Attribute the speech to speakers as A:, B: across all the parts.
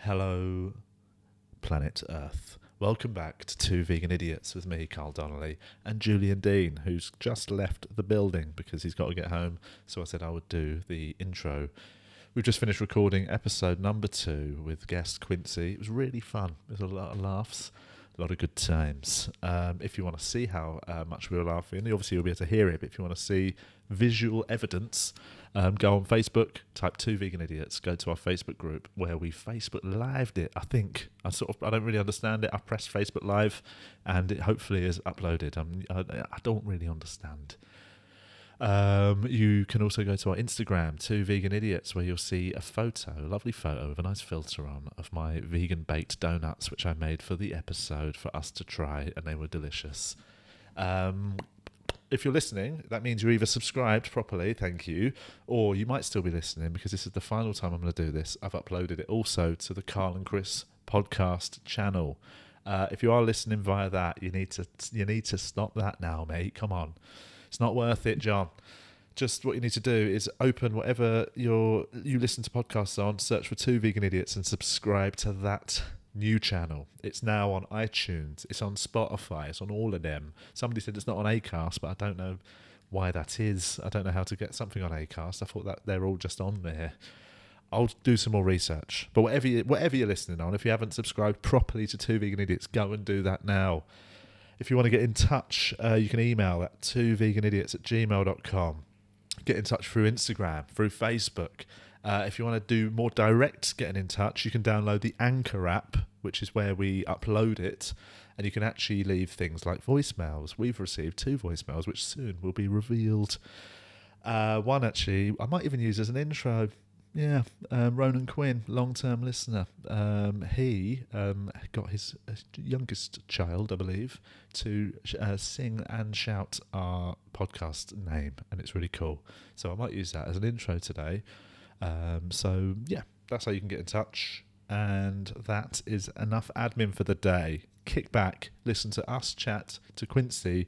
A: Hello, planet Earth. Welcome back to Two Vegan Idiots with me, Carl Donnelly, and Julian Dean, who's just left the building because he's got to get home. So I said I would do the intro. We've just finished recording episode number two with guest Quincy. It was really fun. There's a lot of laughs, a lot of good times. Um, if you want to see how uh, much we were laughing, obviously you'll be able to hear it, but if you want to see visual evidence, um, go on Facebook, type two vegan idiots, go to our Facebook group where we Facebook lived it. I think I sort of I don't really understand it. I pressed Facebook live, and it hopefully is uploaded. Um, I, I don't really understand. Um, you can also go to our Instagram, two vegan idiots, where you'll see a photo, a lovely photo with a nice filter on of my vegan baked donuts, which I made for the episode for us to try, and they were delicious. Um, if you're listening, that means you're either subscribed properly, thank you, or you might still be listening because this is the final time I'm going to do this. I've uploaded it also to the Carl and Chris podcast channel. Uh, if you are listening via that, you need to you need to stop that now, mate. Come on, it's not worth it, John. Just what you need to do is open whatever your you listen to podcasts on, search for two vegan idiots, and subscribe to that new channel. It's now on iTunes. It's on Spotify. It's on all of them. Somebody said it's not on Acast, but I don't know why that is. I don't know how to get something on Acast. I thought that they're all just on there. I'll do some more research. But whatever you, whatever you're listening on, if you haven't subscribed properly to Two Vegan Idiots, go and do that now. If you want to get in touch, uh, you can email at twoveganidiots at gmail.com. Get in touch through Instagram, through Facebook. Uh, if you want to do more direct getting in touch, you can download the Anchor app, which is where we upload it. And you can actually leave things like voicemails. We've received two voicemails, which soon will be revealed. Uh, one actually, I might even use as an intro. Yeah, um, Ronan Quinn, long-term listener. Um, he um, got his uh, youngest child, I believe, to uh, sing and shout our podcast name, and it's really cool. So I might use that as an intro today. Um, so yeah, that's how you can get in touch. And that is enough admin for the day. Kick back, listen to us chat to Quincy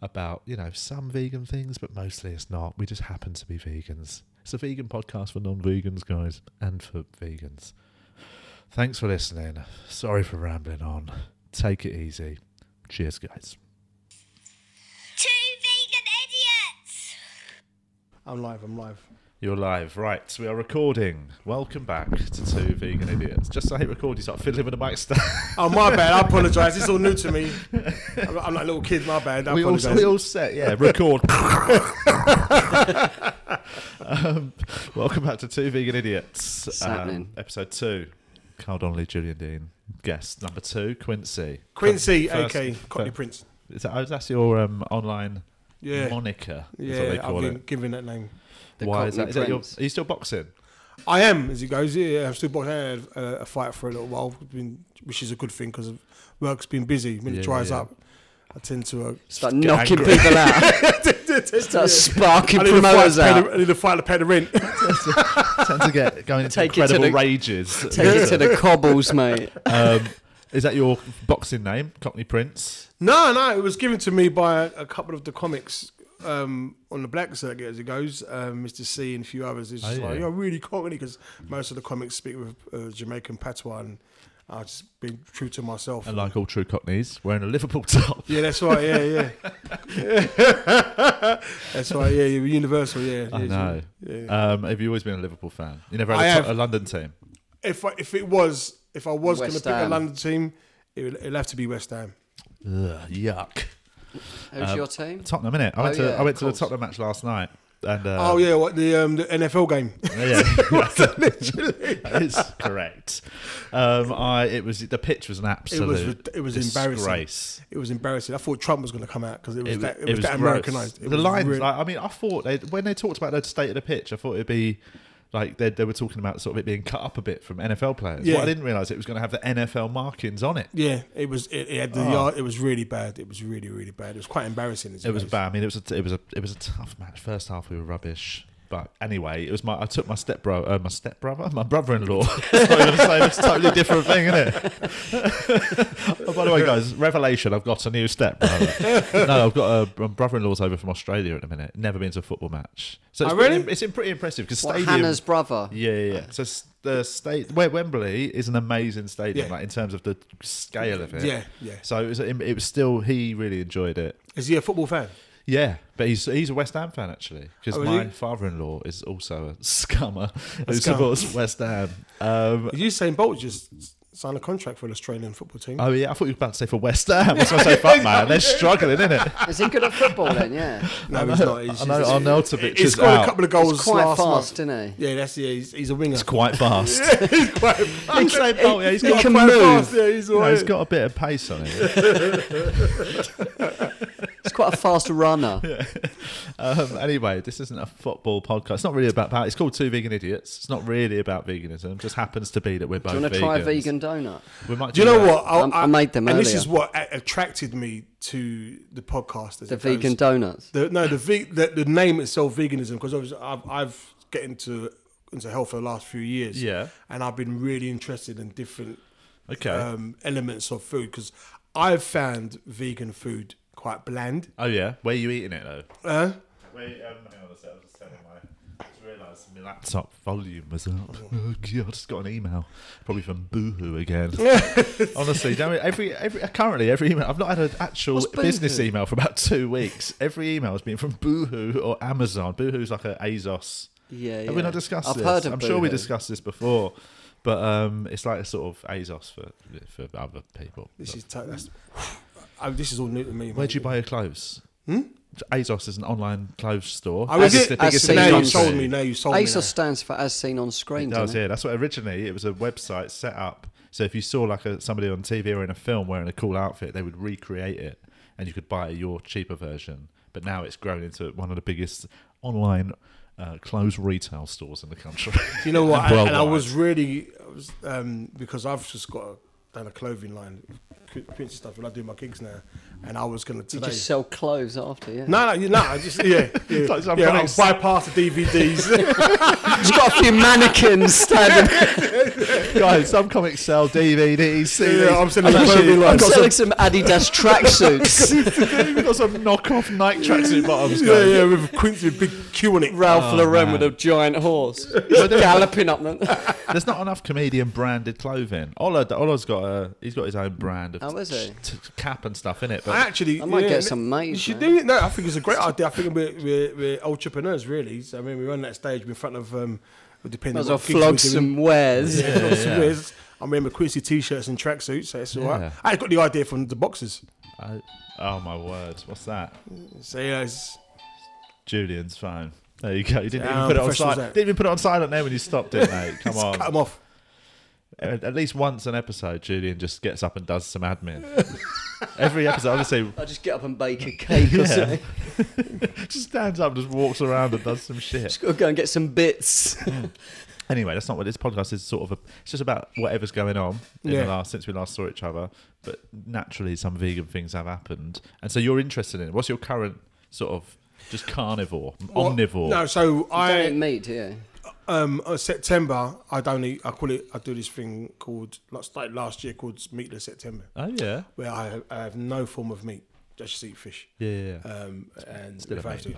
A: about you know some vegan things, but mostly it's not. We just happen to be vegans. It's a vegan podcast for non-vegans, guys, and for vegans. Thanks for listening. Sorry for rambling on. Take it easy. Cheers, guys.
B: Two vegan idiots!
C: I'm live. I'm live.
A: You're live, right? We are recording. Welcome back to Two Vegan Idiots. Just say record. You start fiddling with the mic stand.
C: Oh my bad. I apologise. It's all new to me. I'm, I'm like a little kid. My bad. I
A: we all,
C: apologise.
A: we all set, yeah. Record. um, welcome back to Two Vegan Idiots. Um,
D: happening?
A: episode two. Carl Donnelly, Julian Dean. Guest number two, Quincy.
C: Quincy,
A: First-
C: aka Cockney
A: fir-
C: Prince.
A: Is that, that's your um, online
C: Yeah,
A: moniker. Is what they
C: yeah. I've
A: call
C: been
A: it.
C: given that name.
D: The
A: Why is
D: Cockney
A: that? Is that your,
D: Prince.
A: are you still boxing?
C: I am, as he goes. Yeah, I'm still boxing. I had a, a fight for a little while, been, which is a good thing because work's been busy. When
A: Yeah,
C: it dries
A: yeah.
C: up, I tend to. Uh,
D: Start
A: Get
D: knocking
A: angry.
D: people out.
C: I
D: Start sparking
C: need to fight.
D: promoters
C: to pay the-
D: out.
C: I need to fight to pay the rent.
A: Tend to get going into
D: Take it to
A: incredible
D: the-
A: rages.
D: Take it to the cobbles, mate.
A: um, is that your boxing name, Cockney Prince?
C: No, no, it was given to me by a couple of the comics um, on the black circuit, as it goes, um, Mr. C and a few others. It's just
A: Oh, yeah.
C: like, you're really cockney because most of the comics speak with uh, Jamaican patois, and I've just been true to myself.
A: And like all true Cockneys, wearing a Liverpool top.
C: yeah, that's right. Yeah, yeah. that's right. Yeah, you're universal. Yeah.
A: I
C: yeah,
A: know.
C: Yeah.
A: Um, have you always been a Liverpool fan? You never
C: I
A: had a, to-
C: have.
A: a London team.
C: If I, if it was if I was going to
D: West
C: pick a
D: Ham.
C: London team, it would, it'd have to be West
A: Um,
C: Ham.
A: Ugh, yuck.
D: Who's your team?
A: Tottenham, innit? I went
D: Oh,
A: to
D: yeah,
A: I went
D: of
A: to the
D: course.
A: Tottenham match last night, and uh,
C: oh yeah, what the um, the NFL game?
A: yeah, that is correct. Um, I it was the pitch was an
C: It
A: absolute
C: was rid- it was embarrassing.
A: disgrace.
C: It was embarrassing. I thought Trump was going to come out because it was
A: It,
C: that it
A: it
C: was, that
A: gross.
C: Americanized. It
A: the
C: was
A: lines,
C: real-
A: like, I mean, I thought they, when they talked about the state of the pitch, I thought it'd be like they, they were talking about sort of it being cut up a bit from NFL players.
C: Yeah.
A: What I didn't realize it was going to have the NFL markings on it.
C: yeah, it was. It, it had
A: Ah.
C: the yard. It was really bad. It was really really bad. It was quite embarrassing. as
A: It was
C: goes.
A: bad. I mean, it was a, it was a it was a tough match. First half we were rubbish. But anyway, it was my I took my stepbrother, uh, my stepbrother, my brother-in-law. It's not even the same. It's a totally different thing, isn't it? oh, by the way, guys, revelation: I've got a new stepbrother. no, I've got a my brother-in-law's over from Australia at the minute. Never been to a football match, so it's
C: Oh,
A: pretty,
C: really?
A: it's in pretty impressive because
D: What,
A: stadium.
D: Hannah's brother.
A: yeah, yeah, yeah. So s- the state where Wembley is an amazing stadium,
C: Yeah.
A: like in terms of the scale of it.
C: Yeah, yeah.
A: So it was, it was still he really enjoyed it.
C: Is he a football fan?
A: Yeah, but he's he's a West Ham fan actually because
C: Oh, is
A: my
C: he?
A: father-in-law is also a scummer who
C: scum.
A: supports West Ham. Um,
C: Usain Bolt just signed a contract for an Australian football team.
A: oh yeah, I thought you were about to say for West Ham. I was going to say, fuck man, they're struggling, isn't it?
D: Is he good at football then? Yeah.
C: no, he's not. He's,
A: I know
C: he's-
A: Arnautovic
C: he
A: is
C: scored
A: out.
C: a couple of goals
D: He's quite
C: last
D: fast,
C: month.
D: isn't he?
C: Yeah, that's yeah. He's, he's a winger.
A: It's quite fast.
C: he's quite fast.
A: He's so bold, yeah, he's
D: He
A: got,
D: can
A: a,
C: Quite
D: move.
C: fast, yeah, he's
A: you know,
C: alright.
A: he's got a bit of pace on him.
D: He's quite a fast runner.
A: Um, anyway, this isn't a football podcast. It's not really about that. It's called Two Vegan Idiots. It's not really about veganism. It just happens to be that we're both.
D: Do you want to
A: vegans.
D: try a vegan donut?
A: We might
C: Do you know
A: that.
C: what? I'll-
D: I- I made them
C: And this
D: earlier.
C: is what a- attracted me to the podcast. as
D: The
C: it goes.
D: vegan donuts.
C: The, no, the, ve- the the name itself, veganism, because obviously I've I've get into into health for the last few years.
A: Yeah.
C: and I've been really interested in different
A: Okay.
C: um, elements of food because I've found vegan food quite bland.
A: oh yeah. Where are you eating it though?
C: Uh,
A: Wait, um, hang on a sec. I was just telling my. I just realised my laptop volume was up. Oh god, I just got an email, probably from Boohoo again. Honestly, don't we- every every currently every email. I've not had an actual
D: What's Boohoo?
A: business email for about two weeks. Every email has been from Boohoo or Amazon. Boohoo's like a Azos.
D: Yeah,
A: Have we
D: yeah.
A: not discussed
D: I've
A: this?
D: heard of
A: I'm sure we
D: Boohoo.
A: discussed this before, but um, it's like a sort of Azos for for other people.
C: this is t- that's, I, this is all new to me.
A: Where
C: mate.
A: do you buy your clothes? Azos is an online clothes store.
C: Hmm? I was
A: It's
C: it.
A: the
D: As
A: biggest in
D: seen
A: the
C: now you
D: country.
C: sold me. Now you sold me.
D: ASOS
C: now.
D: stands for as seen on screen.
A: It
D: doesn't
A: does,
D: it?
A: yeah. That's what originally it was a website set up. So if you saw like a, somebody on TV or in a film wearing a cool outfit, they would recreate it, and you could buy your cheaper version. But now it's grown into one of the biggest online uh, clothes retail stores in the country.
C: You know what? I, and I
A: Worldwide.
C: was really I was, um, because I've just got a, done a clothing line, prints stuff, and I do my gigs now. And I was gonna
D: You
C: today.
D: just sell clothes after, yeah.
C: no, no, you- no. I just yeah, yeah.
A: like some
C: yeah I'll
A: products.
C: bypass the DVDs.
D: Just got a few mannequins standing.
A: Guys, some comics sell DVDs, CDs.
C: yeah, I'm sending
A: I've
C: a
A: actually-
C: clothing line.
D: I'm selling some Adidas tracksuits.
A: We've got some knockoff Nike tracksuit bottoms.
C: Yeah,
A: guys.
C: yeah, with Quincy, with big Q on it.
D: Ralph Lauren with a giant horse galloping up the.
A: There's not enough comedian branded clothing. Ola, Ola's got a, he's got his own brand of
D: Oh, has he?
A: t- t- cap and stuff in it. But
C: I actually,
D: I might
C: yeah,
D: get some
C: You
D: maize,
C: should
D: man.
C: do it. No, I think it's a great idea. I think we're, we're, we're entrepreneurs, really. So, I mean, we're on that stage. We're in front of, um, depending
D: Might as
C: on
D: well
C: what gigs we're
D: flog
C: doing.
D: some wares.
C: Yeah, flog some
A: yeah.
C: whiz. I'm wearing McQuincy t-shirts and tracksuits, so it's all right.
A: Yeah.
C: I got the idea from the boxers.
A: I, oh my word, what's that?
C: So yeah, it's,
A: Julian's phone. There you go. You didn't
C: Yeah,
A: even put it on
C: professionals
A: silent.
C: out.
A: Didn't even put it on silent there when you stopped it, mate. Come
C: it's cut
A: on.
C: them off.
A: At at least once an episode, Julian just gets up and does some admin. Every episode, obviously,
D: I just get up and bake a cake
A: Yeah.
D: or something.
A: just stands up, and just walks around and does some shit.
D: Just gotta go and get some bits.
A: Anyway, that's not what this podcast is. Sort of a. It's just about whatever's going on in
C: Yeah.
A: the last since we last saw each other. But naturally, some vegan things have happened, and so you're interested in it. What's your current sort of just carnivore,
C: Well,
A: omnivore?
C: No, so
D: I don't
C: I
D: eat meat, yeah.
C: um uh, September I don't eat. I call it. I do this thing called like started last year called meatless September,
A: Oh yeah,
C: where I, I have no form of meat. Just just eat fish.
A: yeah, yeah. yeah.
C: Um, and
A: Still
C: if
A: a
C: I have
A: mate.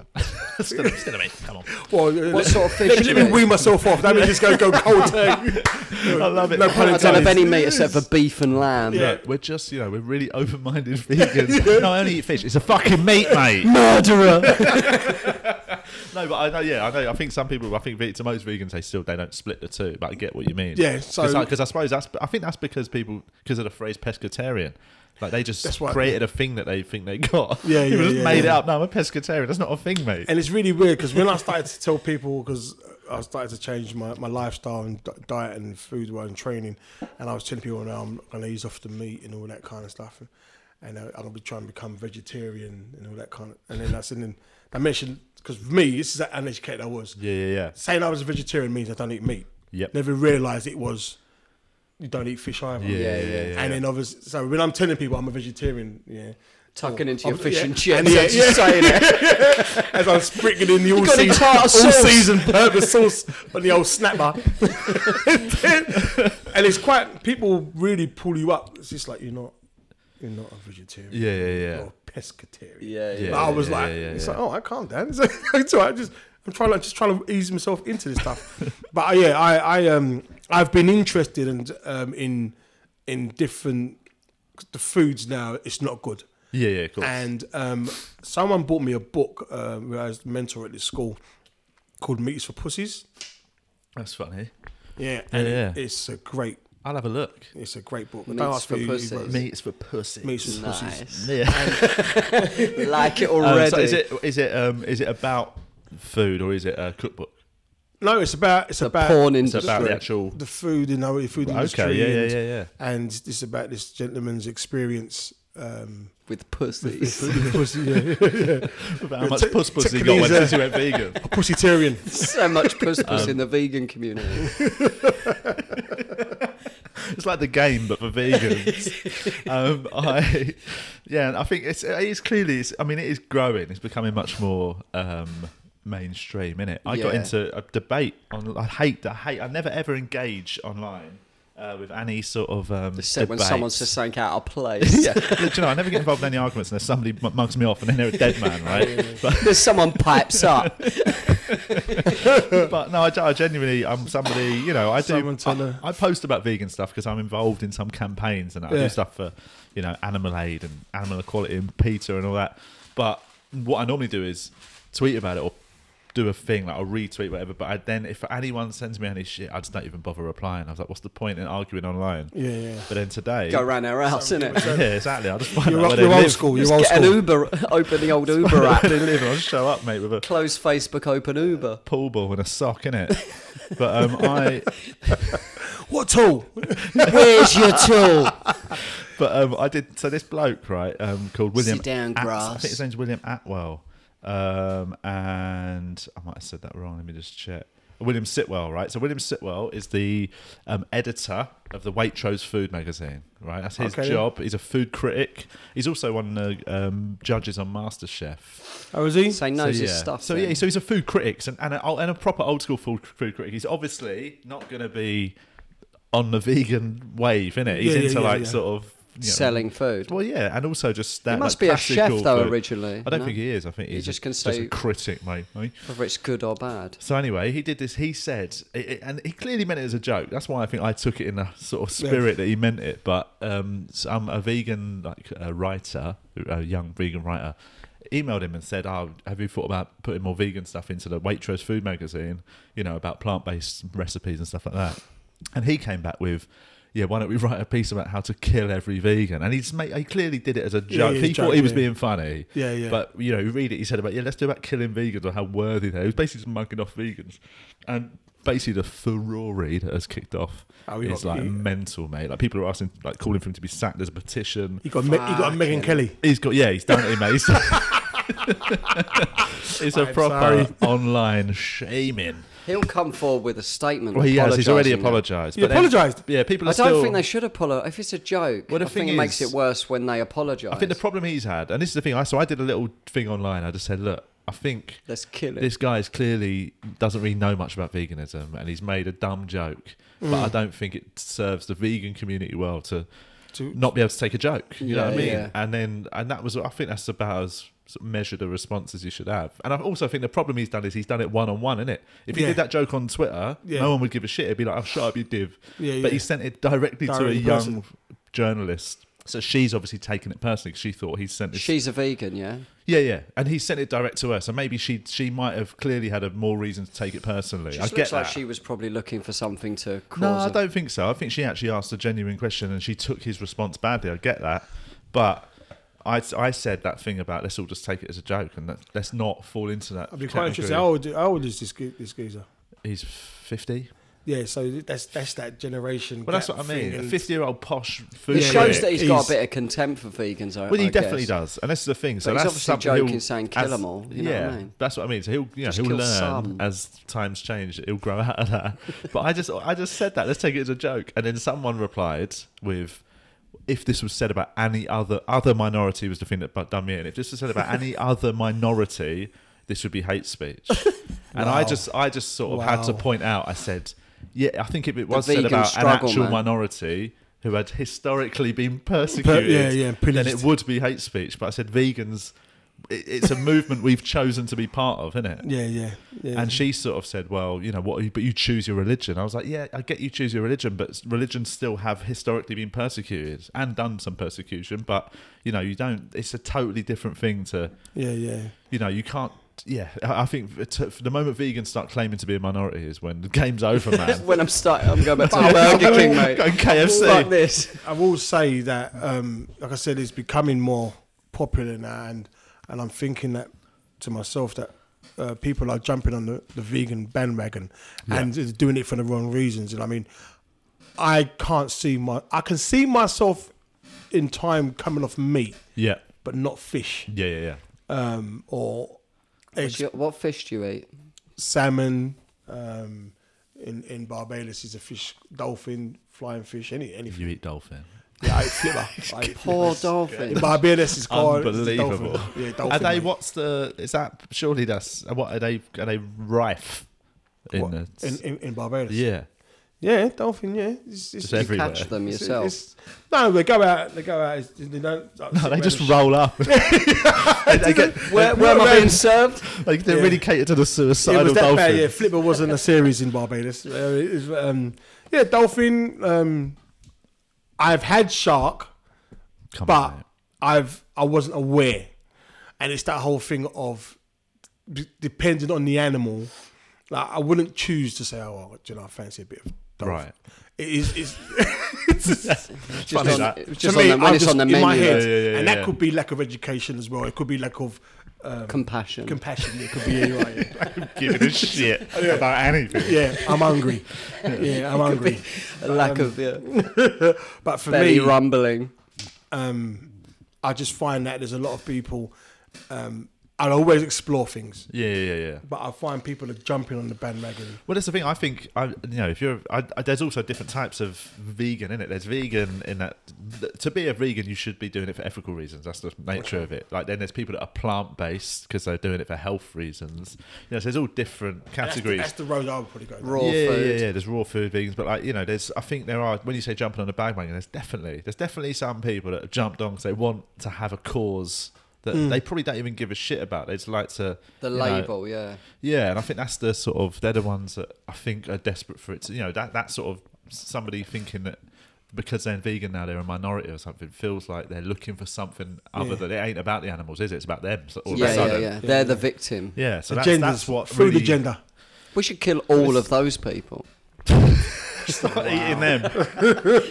C: to-
A: still, a- still a mate. Come on.
C: Well, uh,
D: What sort of fish
C: let, me-
D: do
C: let me
D: you
C: wean
D: eat?
C: myself off. That means it's going to go cold turkey.
A: I love it.
C: No pun
D: I don't have
C: intended.
D: any meat except for beef and lamb.
C: Yeah.
A: Look, we're just, you know, we're really open minded vegans. No, I only eat fish. It's a fucking meat, mate. no,
D: Murderer!
A: but I know, yeah, I know. I think some people, I think ve- to most vegans, they still they don't split the two, but I get what you mean.
C: Yeah, so-
A: Because I suppose that's, I think that's because people, because of the phrase pescatarian. Like they just
C: That's what-
A: created a thing that they think they got.
C: Yeah,
A: People
C: yeah,
A: just
C: yeah,
A: made it
C: yeah.
A: up. No, I'm a pescatarian. That's not a thing, mate.
C: And it's really weird because when I started to tell people, because I started to change my, my lifestyle and d- diet and food and training, and I was telling people, now I'm going to ease off the meat and all that kind of stuff. And uh, I'm going to be trying to become vegetarian and all that kind of And then that's in then I mentioned, because for me, this is how uneducated I was.
A: yeah, yeah, yeah.
C: Saying I was a vegetarian means I don't eat meat.
A: Yep.
C: Never realised it was you don't eat fish either.
A: Yeah, yeah, yeah, yeah,
C: and then obviously, so when I'm telling people I'm a vegetarian, yeah,
D: tucking into your
C: Oh,
D: fish
C: yeah.
D: and chips.
C: And
D: yeah,
C: yeah,
D: just saying it.
C: As I was sprinkling in the all
D: got any
C: season,
D: tartar
C: all
D: sauce?
C: season burger sauce on the old snapper, and it's quite people really pull you up. It's just like you're not, you're not a vegetarian.
A: Yeah, yeah, yeah.
C: You're a pescatarian.
D: Yeah,
A: Yeah.
C: But I was like,
A: yeah,
C: it's
A: yeah.
C: like, oh, I can't dance. it's all right. Just I'm trying, to just trying to ease myself into this stuff. but uh, yeah, I, I, um, I've been interested in, um, in, in different the foods now. It's not good.
A: Yeah, yeah, of course.
C: And um, someone bought me a book uh, when I was a mentor at this school called Meats for Pussies.
A: That's funny.
C: Yeah, and
A: Oh, Yeah.
C: it's a great,
A: I'll have a look.
C: it's a great book.
D: Meats for
C: who- who
D: Pussies.
C: wrote it.
A: Meats for pussy.
C: Meats for Pussies.
D: nice.
A: Yeah.
D: Like it
A: Um,
D: already.
A: so is it is it um is it about food or is it a cookbook?
C: No, it's about it's
D: the
C: about
D: porn
A: It's
D: industry.
A: about the actual.
C: the food and how the food industry.
A: Okay. Yeah, yeah,
C: and-
A: yeah, yeah.
C: and it's about this gentleman's experience. Um,
D: with pussies.
C: pussy, yeah,
A: About how much
C: Te-
A: puss pussy he got
C: technically
A: when
C: it's
A: he went vegan.
C: pussitarian.
D: so much puss puss in the vegan community.
A: It's like the game, but for vegans. um, I, yeah, and I think it's it is clearly. It's, I mean, it is growing. It's becoming much more um, mainstream, innit? I got
D: Yeah.
A: into a debate on. I hate. I hate. I never ever engage online uh, with any sort of um,
D: Except when
A: debates.
D: somene's just saying out of place.
A: yeah, do you know, I never get involved in any arguments unless somebody m- mugs me off and then they're a dead man, right? But,
D: There's someone pipes up.
A: but no, I, I genuinely, I'm somebody, you know, I do.
C: Someone tell
A: I,
C: her.
A: I post about vegan stuff because I'm involved in some campaigns and I
C: Yeah.
A: do stuff for, you know, animal aid and animal equality and PETA and all that. But what I normally do is tweet about it or do a thing, like I'll retweet whatever. But I, then if anyone sends me any shit, I just don't even bother replying. I was like, what's the point in arguing online?
C: Yeah, yeah.
A: But then today.
D: Go round our house, innit?
A: yeah, exactly. I just find
C: You're,
A: out
C: up,
A: where they
C: you're old
A: live.
C: school.
D: Just
C: You're Oh, old
D: get an
C: school.
D: Uber, open the old Uber
A: Where
D: app,
A: they live. I'll just show up, mate, with a
D: close Facebook, open Uber.
A: pool ball and a sock in it. But um, I,
C: What tool?
D: Where's your tool?
A: but um, I did. So this bloke, right, um, called William.
D: Sit down,
A: At- I
D: grass.
A: think his name's William Atwell, um, and I might have said that wrong. Let me just check. William Sitwell, right? So William Sitwell is the um, editor of the Waitrose Food Magazine, right? That's his
C: Okay.
A: job. He's a food critic. He's also one of the um, judges on MasterChef.
C: How is he?
D: So he knows
A: so,
D: his
A: yeah.
D: stuff.
A: So
D: then.
A: yeah, so he's a food critic and and a, and a proper old school food, food critic. He's obviously not going to be on the vegan wave, innit? He's
C: Yeah, yeah,
A: into
C: yeah,
A: like
C: yeah.
A: sort of you know,
D: selling food.
A: Well, yeah, and also just that.
D: He must
A: like,
D: be a chef
A: classical
D: though
A: food.
D: originally.
A: I don't
D: no?
A: think he is. I think he's
D: just
A: a,
D: can
A: a
D: say-
A: critic, mate. mate.
D: Whether it's good or bad.
A: So anyway, he did this. He said, it, it- and he clearly meant it as a joke. That's why I think I took it in the sort of spirit that he meant it. But um, so I'm a vegan like a writer, a young vegan writer, emailed him and said, "Oh, have you thought about putting more vegan stuff into the Waitrose food magazine? You know about plant-based recipes and stuff like that." And he came back with. Yeah, why don't we write a piece about how to kill every vegan? And he's made, he clearly did it as a joke.
C: yeah,
A: he
C: joke,
A: thought he was
C: yeah.
A: being funny.
C: Yeah, yeah.
A: But you know, you read it. He said about yeah, let's do about killing vegans or how worthy they. He was basically just mugging off vegans, and basically the furore that has kicked off
C: Oh, he
A: is
C: got-
A: like
C: he-
A: mental, mate. Like people are asking, like calling for him to be sacked. There's a petition.
C: He got me- he got Megan
D: Fucking-
C: Kelly.
A: He's got yeah, he's done it, mate. He's- it's a
C: I'm
A: proper
C: sorry.
A: online shaming.
D: He'll come forward with a statement.
A: Well, he has. He's already
D: apologising.
A: apologised.
C: He
A: but then-
C: apologised?
A: Yeah, people are
D: I don't
A: still.
D: think they should apologise. If it's a joke,
A: Well, the
D: I think
A: thing
D: it makes
A: is-
D: it worse when they apologise.
A: I think the problem he's had, and this is the thing. I so I did a little thing online. I just said, look, I think
D: Let's kill it.
A: this guy is clearly doesn't really know much about veganism and he's made a dumb joke but
C: Mm.
A: i don't think it serves the vegan community well to,
C: To-
A: not be able to take a joke you know
D: Yeah,
A: what i mean
D: yeah.
A: and then and that was i think that's about as sort of measured a response as you should have and i also think the problem he's done is he's done it one-on-one innit? if he
C: Yeah.
A: did that joke on twitter
C: Yeah.
A: no one would give a shit it'd be like i'll shut up you div
C: Yeah,
A: but
C: yeah.
A: he sent it directly to a
C: Direct
A: young
C: person.
A: journalist so she's obviously taken it personally 'cause she thought he sent this
D: She's a vegan, yeah.
A: yeah, yeah, and he sent it direct to her, so maybe she she might have clearly had a more reason to take it personally.
D: Just
A: I
D: looks
A: get
D: like
A: that.
D: she was probably looking for something to cause.
A: no, I
D: a-
A: don't think so. I think she actually asked a genuine question, and she took his response badly. I get that, but I, I said that thing about let's all just take it as a joke and that, let's not fall into that.
C: I'd be quite interested. How
A: category.
C: old, how old is this, ge- this geezer?
A: He's fifty.
C: Yeah, so that's that's that generation.
A: Well, that's
C: gap
A: what I
C: thing,
A: mean. A
C: and-
A: fifty-year-old posh food.
D: It
C: Yeah,
D: shows
A: critic.
D: that he's got a
C: He's-
D: bit of contempt for vegans. I,
A: Well, he
D: I
A: definitely
D: guess.
A: does, and that's the thing. So
D: But he's
A: that's
D: obviously
A: something
D: joking,
A: he'll-
D: saying,
A: as-
D: "Kill 'em all," you know what I
A: yeah,
D: mean?
A: that's what I mean. So he'll, you know,
D: Just
A: he'll
D: kill
A: learn
D: some.
A: as times change. He'll grow out of that. but I just, I just said that. Let's take it as a joke, and then someone replied with, if this was said about any other other minority was the thing that bu- done me in. If this was said about any other minority, this would be hate speech. And I
C: Wow.
A: just I just sort of had to
C: Wow.
A: point out. I said, yeah, I think if it was said
D: vegan
A: about
D: struggle,
A: an actual
D: man.
A: minority who had historically been persecuted,
C: yeah, yeah,
A: then it
C: pillaged.
A: would be hate speech. But I said vegans. it- It's a movement we've chosen to be part of, isn't it?
C: Yeah, yeah, yeah.
A: And she sort of said, "Well, you know, what? But you choose your religion." I was like, "Yeah, I get you choose your religion, but religions still have historically been persecuted and done some persecution. But you know, you don't. It's a totally different thing to,
C: yeah, yeah.
A: you know, you can't." Yeah, I I think for t- for the moment vegans start claiming to be a minority is when the game's over, man.
D: when I'm starting, I'm going back to Burger King,
A: Go
D: mate.
A: KFC.
D: Fuck this.
C: I will say that, um, like I said, it's becoming more popular now, and and I'm thinking that to myself that uh, people are jumping on the, the vegan bandwagon and is doing it for the wrong reasons. And I mean, I can't see my, I can see myself in time coming off meat,
A: Yeah,
C: but not fish
A: yeah, yeah, yeah.
C: um, or eggs,
D: Do you- What fish do you eat?
C: salmon. Um, in, in Barbados is a fish, dolphin, flying fish, any anything.
A: You eat dolphin.
C: Yeah, I eat flipper. I eat
D: Poor
C: flippers.
D: dolphin.
C: In Barbados Oh, is called it's a dolphin.
A: Unbelievable.
C: Yeah, dolphin.
A: Are they?
C: mate.
A: What's the? Is that? Surely that's. What are they? Are they rife? In
C: What?
A: the,
C: in, in, in Barbados?
A: yeah.
C: yeah, dolphin. Yeah, it's, it's,
A: Just
C: it's-
A: every- everywhere.
D: Catch them
C: it's-
D: yourself.
C: it's- no, they go out. They go out. it's- They don't. like, sit
A: No, they
C: around
A: just
C: and
A: roll up. they get,
D: where where am I being served?
A: like they're
C: Yeah.
A: really catered to the
C: sh- It
A: suicidal
C: was that bad.
A: dolphin.
C: Yeah, flipper wasn't a series in Barbados. Uh, it was, um, yeah, dolphin. Um, I've had shark,
A: Come
C: but
A: on, mate.
C: I've I wasn't aware, and it's that whole thing of d- depending on the animal. Like I wouldn't choose to say, oh, well, do you know, I fancy a bit of dolphin.
A: Right.
C: It is. It's, it's just,
D: Just
A: Funny
D: on,
A: that.
D: it was just
C: to
D: on
C: me,
D: the, when
C: I'm
D: it's on the
C: just in my
D: menu.
C: head.
A: Yeah, yeah, yeah,
C: and
A: yeah.
C: that could be lack of education as well. It could be lack of um,
D: Compassion.
C: compassion. It could be yeah, you're right, yeah.
A: giving a shit about anything.
C: yeah, I'm hungry. Yeah, I'm hungry.
D: A lack of yeah,
C: But for
D: belly
C: me,
D: rumbling.
C: um, I just find that there's a lot of people. Um, I'll always explore things,
A: Yeah, yeah, yeah.
C: but I find people are jumping on the bandwagon.
A: Well, that's the thing. I think I, you know, if you're, I, I- there's also different types of vegan in it. There's vegan in that to be a vegan, you should be doing it for ethical reasons. That's the nature of it. Like then there's people that are plant based because they're doing it for health reasons. You know, so there's all different
C: That's the,
A: categories.
C: that's the road I would probably go. down.
D: Raw
A: yeah,
D: food.
A: Yeah, yeah, there's raw food vegans, but like you know, there's I think there are when you say jumping on a bandwagon, there's definitely there's definitely some people that have jumped on because they want to have a cause that they probably don't even give a shit about. They just like to
D: The
A: you know-
D: label, yeah.
A: yeah, and I think that's the sort of they're the ones that I think are desperate for it. To, you know, that that sort of somebody thinking that because they're vegan now they're a minority or something feels like they're looking for something other
C: Yeah.
A: than it ain't about the animals, is it? It's about them. So all
D: Yeah,
A: of a
D: yeah, yeah,
A: sudden.
D: They're the victim.
A: Yeah, so that's,
C: Agendas,
A: that's what
C: food
A: really
C: agenda.
D: We should kill all of those people.
A: Start eating them.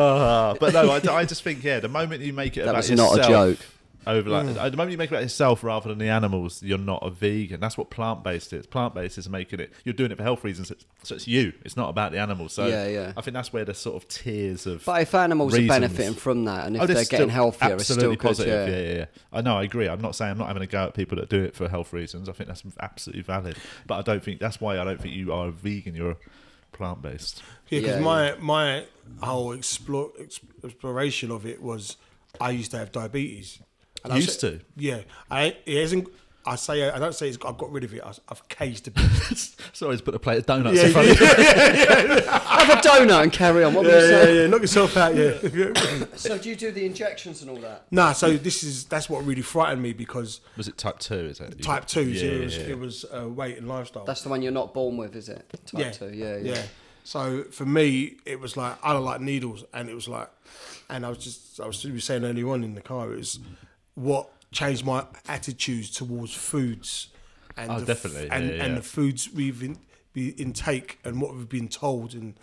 A: Uh, but no, I, I just think yeah, the moment you make it
D: That
A: about
D: was not a
A: yourself
D: joke.
A: over like uh, the moment you make it about yourself rather than the animals, you're not a vegan. That's what plant based is. Plant based is making it. You're doing it for health reasons, it's- so it's you. It's not about the animals. So
D: Yeah, yeah.
A: I think that's where the sort of tiers of.
D: But if animals
A: reasons-
D: are benefiting from that and if
A: Oh,
D: they're
A: they're
D: getting
A: still
D: healthier, it's
A: absolutely
D: still
A: positive.
D: good. Yeah.
A: yeah, yeah, yeah. I know, I agree. I'm not saying I'm not having a go at people that do it for health reasons. I think that's absolutely valid. But I don't think that's why I don't think you are a vegan. You're plant based.
C: Yeah, because
D: Yeah,
C: my my whole explore, ex- exploration of it was I used to have diabetes. And I
A: Used
C: said-
A: to?
C: Yeah, I it isn't. I say I don't say it's, I've got rid of it. I, I've caged a bit.
A: Sorry, he's put a plate of donuts
C: Yeah,
A: in front of you.
D: Have a donut and carry on. What were
C: yeah,
D: you
C: yeah,
D: saying?
C: yeah. Knock yourself out. Yeah.
D: So do you do the injections and all that?
C: nah. So this is that's what really frightened me because
A: Was it type two? Is it
C: type two.
A: Yeah,
C: so it
A: yeah,
C: was,
A: yeah.
C: It was uh, weight and lifestyle.
D: That's the one you're not born with, is it? Type
C: yeah.
D: two, yeah, yeah.
C: So for me, it was like I don't like needles, and it was like, and I was just I was you were saying earlier on in the car it was what changed my attitudes towards foods, and
A: Oh,
C: the f-
A: definitely, yeah,
C: and,
A: yeah,
C: and
A: yeah.
C: the foods we've in, we intake and what we've been told, and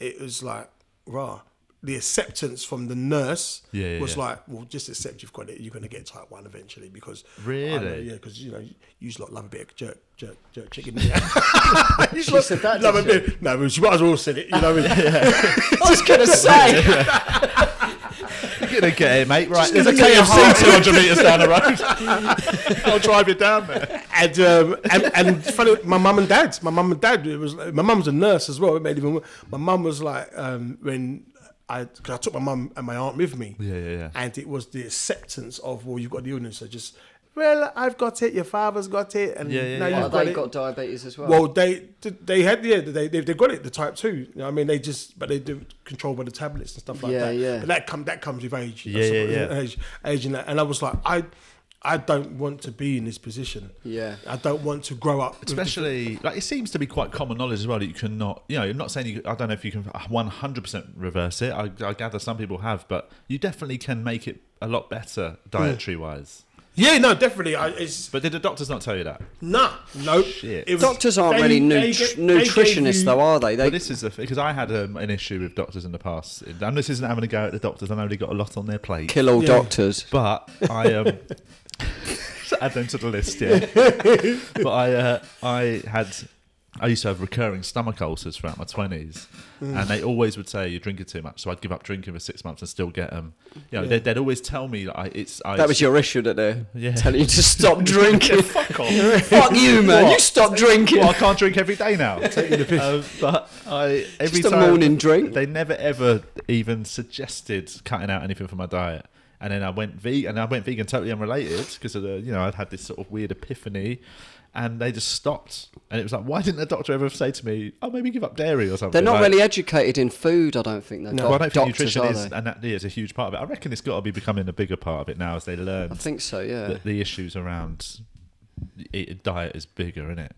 C: it was like rah. The acceptance from the nurse
A: Yeah, yeah,
C: was
A: yeah.
C: like, well, just accept you've got it. You're going to get type one eventually because I know-
A: Really?
C: yeah, because you know you just lot love a bit of jerk, jerk, jerk chicken. You
D: She
C: lot
D: said that,
C: love a
D: did she?
C: bit- No, but she might as well said it. You know what I mean?
D: I was gonna say oh,
A: You're gonna get it, mate. Right, there's a
C: give me a
A: KFC 200 meters down the road. I'll drive you down there.
C: and, um, and and funny, my mum and dad, my mum and dad, it was my mum's a nurse as well. It made it even. wor- My mum was like um, when I, cause I took my mum and my aunt with me.
A: Yeah, yeah, yeah.
C: And it was the acceptance of, well, you've got the illness. So just, well, I've got it. Your father's got it, and
A: Yeah, yeah,
C: now
A: yeah. Well,
C: you've
D: Have
C: got
D: they
C: it.
D: got diabetes as well?
C: Well, they they had yeah they they they got it the type two. You know what I mean they just but they do controlled by the tablets and stuff like
D: Yeah,
C: that.
D: yeah.
C: But that come that comes with age.
A: Yeah, yeah, yeah.
C: Age, age and, that. and I was like I I don't want to be in this position.
D: Yeah.
C: I don't want to grow up. with the-
A: Especially, like, it seems to be quite common knowledge as well that you cannot, you know, I'm not saying you, I don't know if you can 100% reverse it. I, I gather some people have, but you definitely can make it a lot better dietary wise.
C: Yeah, no, definitely. I, it's
A: But did the doctors not tell you that?
C: nah, no.
A: Shit.
C: It was-
D: Doctors aren't
C: they-
D: really
C: they
D: nut-
C: get- they gave
D: nutritionists,
C: you-
D: though, are they? They
A: Well, this is the because I had um, an issue with doctors in the past, and this isn't having a go at the doctors. I know they got a lot on their plate,
D: kill all
C: Yeah.
D: doctors.
A: but I um, add them to the list, yeah. but I uh, I had I used to have recurring stomach ulcers throughout my twenties, and they always would say you're drinking too much. So I'd give up drinking for six months and still get them. You know,
C: Yeah.
A: they'd, they'd always tell me that I, it's I,
D: That was your issue, that they're
A: Yeah.
D: telling you to stop drinking.
A: fuck off.
D: Fuck you, man. You
A: What?
D: stop drinking.
A: well, I can't drink every day now. Um, but I every
D: Just a
A: time
D: morning drink.
A: They never ever even suggested cutting out anything from my diet. And then I went vegan, and I went vegan totally unrelated because of the, you know, I'd had this sort of weird epiphany, and they just stopped. And it was like, why didn't the doctor ever say to me, "Oh, maybe give up dairy or something"?
D: They're not
A: Like,
D: really educated in food, I don't think. Though.
A: Well, I don't think
D: doctors,
A: nutrition
D: are
A: is,
D: they?
A: and that is a huge part of it. I reckon it's got to be becoming a bigger part of it now as they learn
D: I think so, yeah.
A: that the issues around i diet is bigger, isn't it?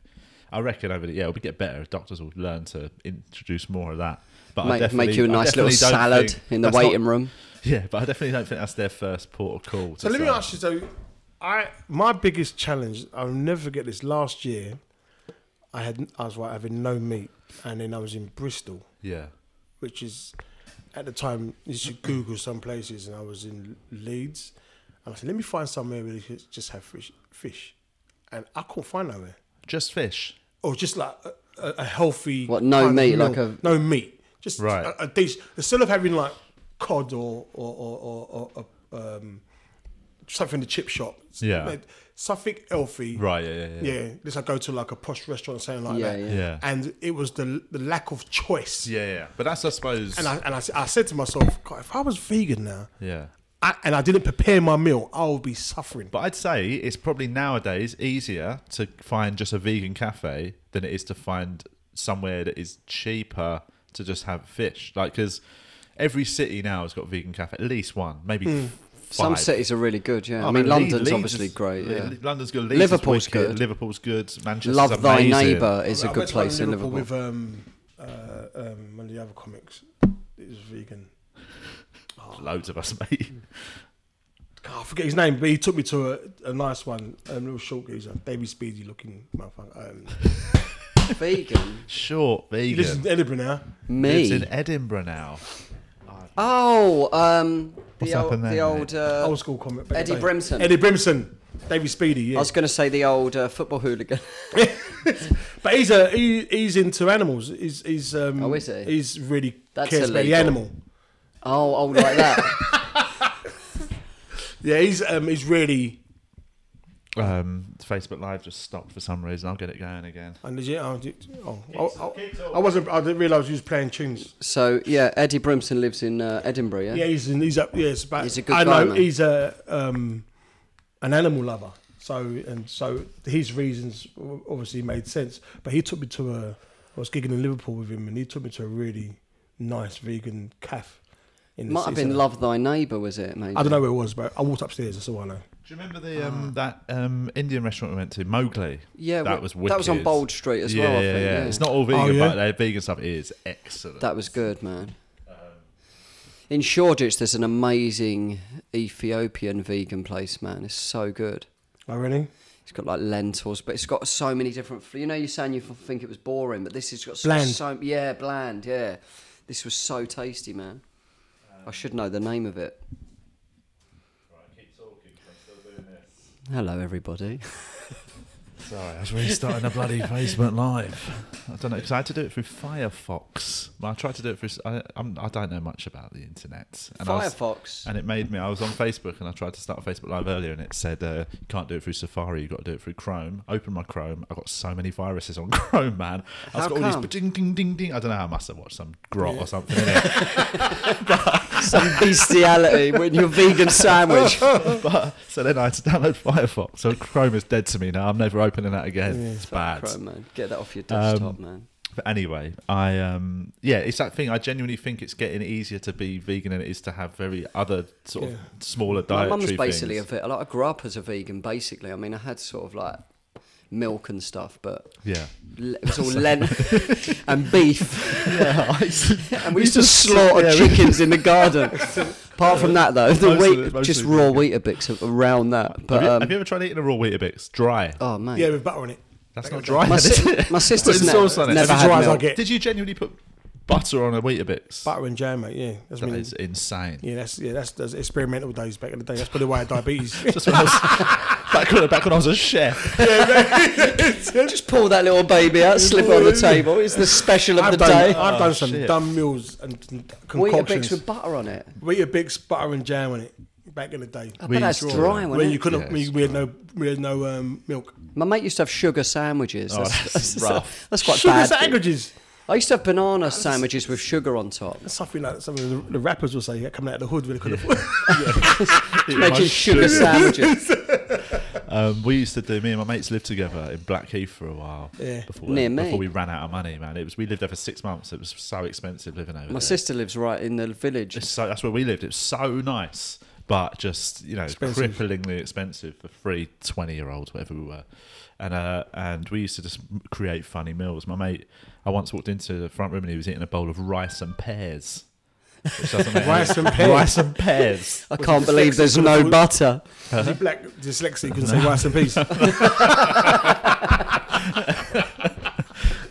A: I reckon over the yeah, it'll get better if doctors will learn to introduce more of that. But I
D: Make, make
A: definitely-
D: you a
A: I
D: nice little
A: definitely don't
D: salad
A: think
D: in the
A: that's not-
D: waiting room.
A: Yeah, but I definitely don't think that's their first port of call. To
C: So let me
A: say-
C: ask you. So, I my biggest challenge. I'll never forget this. Last year, I had I was like having no meat, and then I was in Bristol,
A: Yeah,
C: which is at the time you should Google some places, and I was in Leeds, and I said, let me find somewhere where you could just have fish, fish, and I couldn't find nowhere,
A: just fish.
C: or just like a, a, a healthy
D: What, no
C: kind of
D: meat,
C: meal.
D: like a-
C: no meat, just
A: Right.
C: a, a decent instead of having like cod or or or or, or um, something in the chip shop,
A: Yeah.
C: like, something healthy,
A: Right. Yeah. Yeah. Yeah.
C: Yeah, this I go to like a posh restaurant, something like
D: Yeah,
C: that,
D: yeah.
A: Yeah.
C: and it was the the lack of choice.
A: Yeah, yeah. But that's I suppose.
C: And I, and I, s- I said to myself, God, if I was vegan now,
A: yeah.
C: I, and I didn't prepare my meal, I would be suffering.
A: But I'd say it's probably nowadays easier to find just a vegan cafe than it is to find somewhere that is cheaper to just have fish. Like, because every city now has got vegan cafe, at least one, maybe f- five.
D: Hmm. Some cities are really good, yeah.
A: Oh,
D: I mean,
A: Le-
D: London's
A: Leeds
D: obviously
A: is-
D: great, yeah.
A: Le- London's good. Leeds
D: Liverpool's
A: is wicked,
D: good.
A: Liverpool's good. Manchester's
D: Love Thy
A: amazing.
D: Neighbour is
C: I
D: a
C: went
D: good
C: to one
D: place in Liverpool.
C: With um, uh, um, one of the other comics, it was vegan.
A: Loads of us, mate.
C: God, I forget his name, but he took me to a, a nice one, um, little short geezer, David Speedy looking motherfucker. Um,
D: Vegan?
A: Short
C: he
A: vegan.
C: lives in Edinburgh now.
A: Lives
D: Me?
A: in Edinburgh now.
D: Oh, um,
A: What's
D: the old,
A: happened there,
D: the old,
A: mate?
D: uh,
C: Old school comic. back in
D: Eddie
C: the day.
D: Brimson.
C: Eddie Brimson. David Speedy,
D: I
C: yeah.
D: was going to say the old uh, football hooligan.
C: But he's a he, he's into animals. He's he's um
D: Oh, is he?
C: he's really
D: That's
C: cares about the
D: illegal.
C: animal.
D: oh, old like that.
C: Yeah, he's um he's really
A: Um, Facebook Live just stopped for some reason. I'll get it going again.
C: and is he- oh, did- oh, I, I, I wasn't I didn't realise he was playing tunes.
D: So, yeah, Eddie Brimson lives in uh, Edinburgh, yeah?
C: Yeah, he's in, he's up yeah, it's about
D: He's a good
C: I
D: guy,
C: know
D: man.
C: he's a um an animal lover. So and so his reasons obviously made sense. But he took me to a I was gigging in Liverpool with him and he took me to a really nice vegan calf in the
D: Might have
C: city
D: been
C: centre.
D: Love Thy Neighbour, was it, maybe?
C: uh, I don't know where it was, but I walked upstairs, that's all I know.
A: Do you remember the um, that um, Indian restaurant we went to, Mowgli?
D: Ah. Yeah,
A: that
D: wh-
A: was wicked.
D: That was on Bold Street as
A: yeah,
D: well, I
A: yeah,
D: think.
A: yeah.
D: Yeah,
A: It's not all vegan,
C: Oh, yeah?
A: but their vegan stuff is excellent.
D: That was good, man. In Shoreditch, there's an amazing Ethiopian vegan place, man. It's so good.
C: Oh really?
D: It's got like lentils, but it's got so many different. fl- You know, you're saying you f- think it was boring, but this has got so,
C: Bland.
D: so yeah, bland, yeah. This was so tasty, man. I should know the name of it. Hello, everybody.
A: Sorry, I was restarting a bloody Facebook Live. I don't know because I had to do it through Firefox. Well, I tried to do it through. s- I, I'm, I don't know much about the internet. And I was-
D: Firefox.
A: and it made me. I was on Facebook and I tried to start a Facebook Live earlier, and it said uh, you can't do it through Safari. You've got to do it through Chrome. Open my Chrome. I've got so many viruses on Chrome, man. I've
D: How
A: got all
D: come?
A: these ding ding ding ding. I don't know. I must have watched some grot or something. innit?
D: Some bestiality with your vegan sandwich.
A: but so then I had to download Firefox. So Chrome is dead to me now. I'm never opening that again. It's bad. Um,
D: Chrome, man. Get that off your desktop, man.
A: But anyway, I um yeah, it's that thing. I genuinely think it's getting easier to be vegan than it is to have very other sort
C: Yeah.
A: of smaller
D: My
A: dietary
D: mum's basically
A: things.
D: a vet. Like, I grew up as a vegan, basically. I mean, I had sort of like milk and stuff, but
A: yeah.
D: le- it was all lent and beef.
A: Yeah,
D: And we used to slaughter chickens in the garden. Apart from that, though,
A: Most
D: the
A: of it-
D: wheat,
A: most
D: just
A: of it-
D: raw Weetabix around that.
A: Have
D: But
A: you,
D: um,
A: have you ever tried eating a raw Weetabix dry?
D: oh man,
C: Yeah, with butter on it.
A: That's not dry.
D: my,
A: then, is it?
D: si- my sister's
A: Put
D: ne-
A: sauce on it.
D: never
A: That's
D: had
C: dry as I
D: milk.
C: get.
A: Did you genuinely put butter on a Weetabix?
C: Butter and jam, mate. Yeah, that's
A: That
C: really,
A: is insane.
C: yeah, that's yeah, that's, that's experimental days back in the day. That's probably why I had diabetes.
A: Just when I was back when, back when I was a chef.
D: Just pull that little baby out, slip it on the table. It's the special of
C: I've
D: the
C: done,
D: day.
C: I've done some
A: Oh, shit.
C: dumb meals and
D: Weetabix
C: concoctions.
D: with butter on it.
C: Weetabix, butter and jam on it back in the day.
D: I
A: We
D: bet that's
A: used to-
D: dry,
C: When
D: wasn't
C: you
D: it?
C: couldn't,
A: Yeah,
C: we,
A: it's
C: we had no, we had no um, milk.
D: My mate used to have sugar sandwiches.
A: Oh, that's rough.
D: That's quite
C: Sugar
D: bad.
C: sandwiches.
D: I used to have banana sandwiches with sugar on top.
C: That's something like some of the, the rappers will say yeah, coming out of the hood when they couldn't afford.
D: Imagine sugar sandwiches
A: Um, we used to do. Me and my mates lived together in Blackheath for a while.
C: Yeah.
A: Before,
D: Near me.
A: before we ran out of money, man. It was we lived there for six months. It was so expensive living over
D: My
A: there.
D: sister lives right in the village.
A: It's so that's where we lived. It was so nice, but just you know,
C: Expensive.
A: cripplingly expensive for three 20 year olds, whatever we were. And uh, and we used to just m- create funny meals. My mate, I once walked into the front room and he was eating a bowl of rice and pears. Which doesn't make
C: Rice
A: any-
C: and pears.
A: Rice and pears.
D: I can't believe there's no butter.
C: Was he black dyslexic? Couldn't say rice and peas.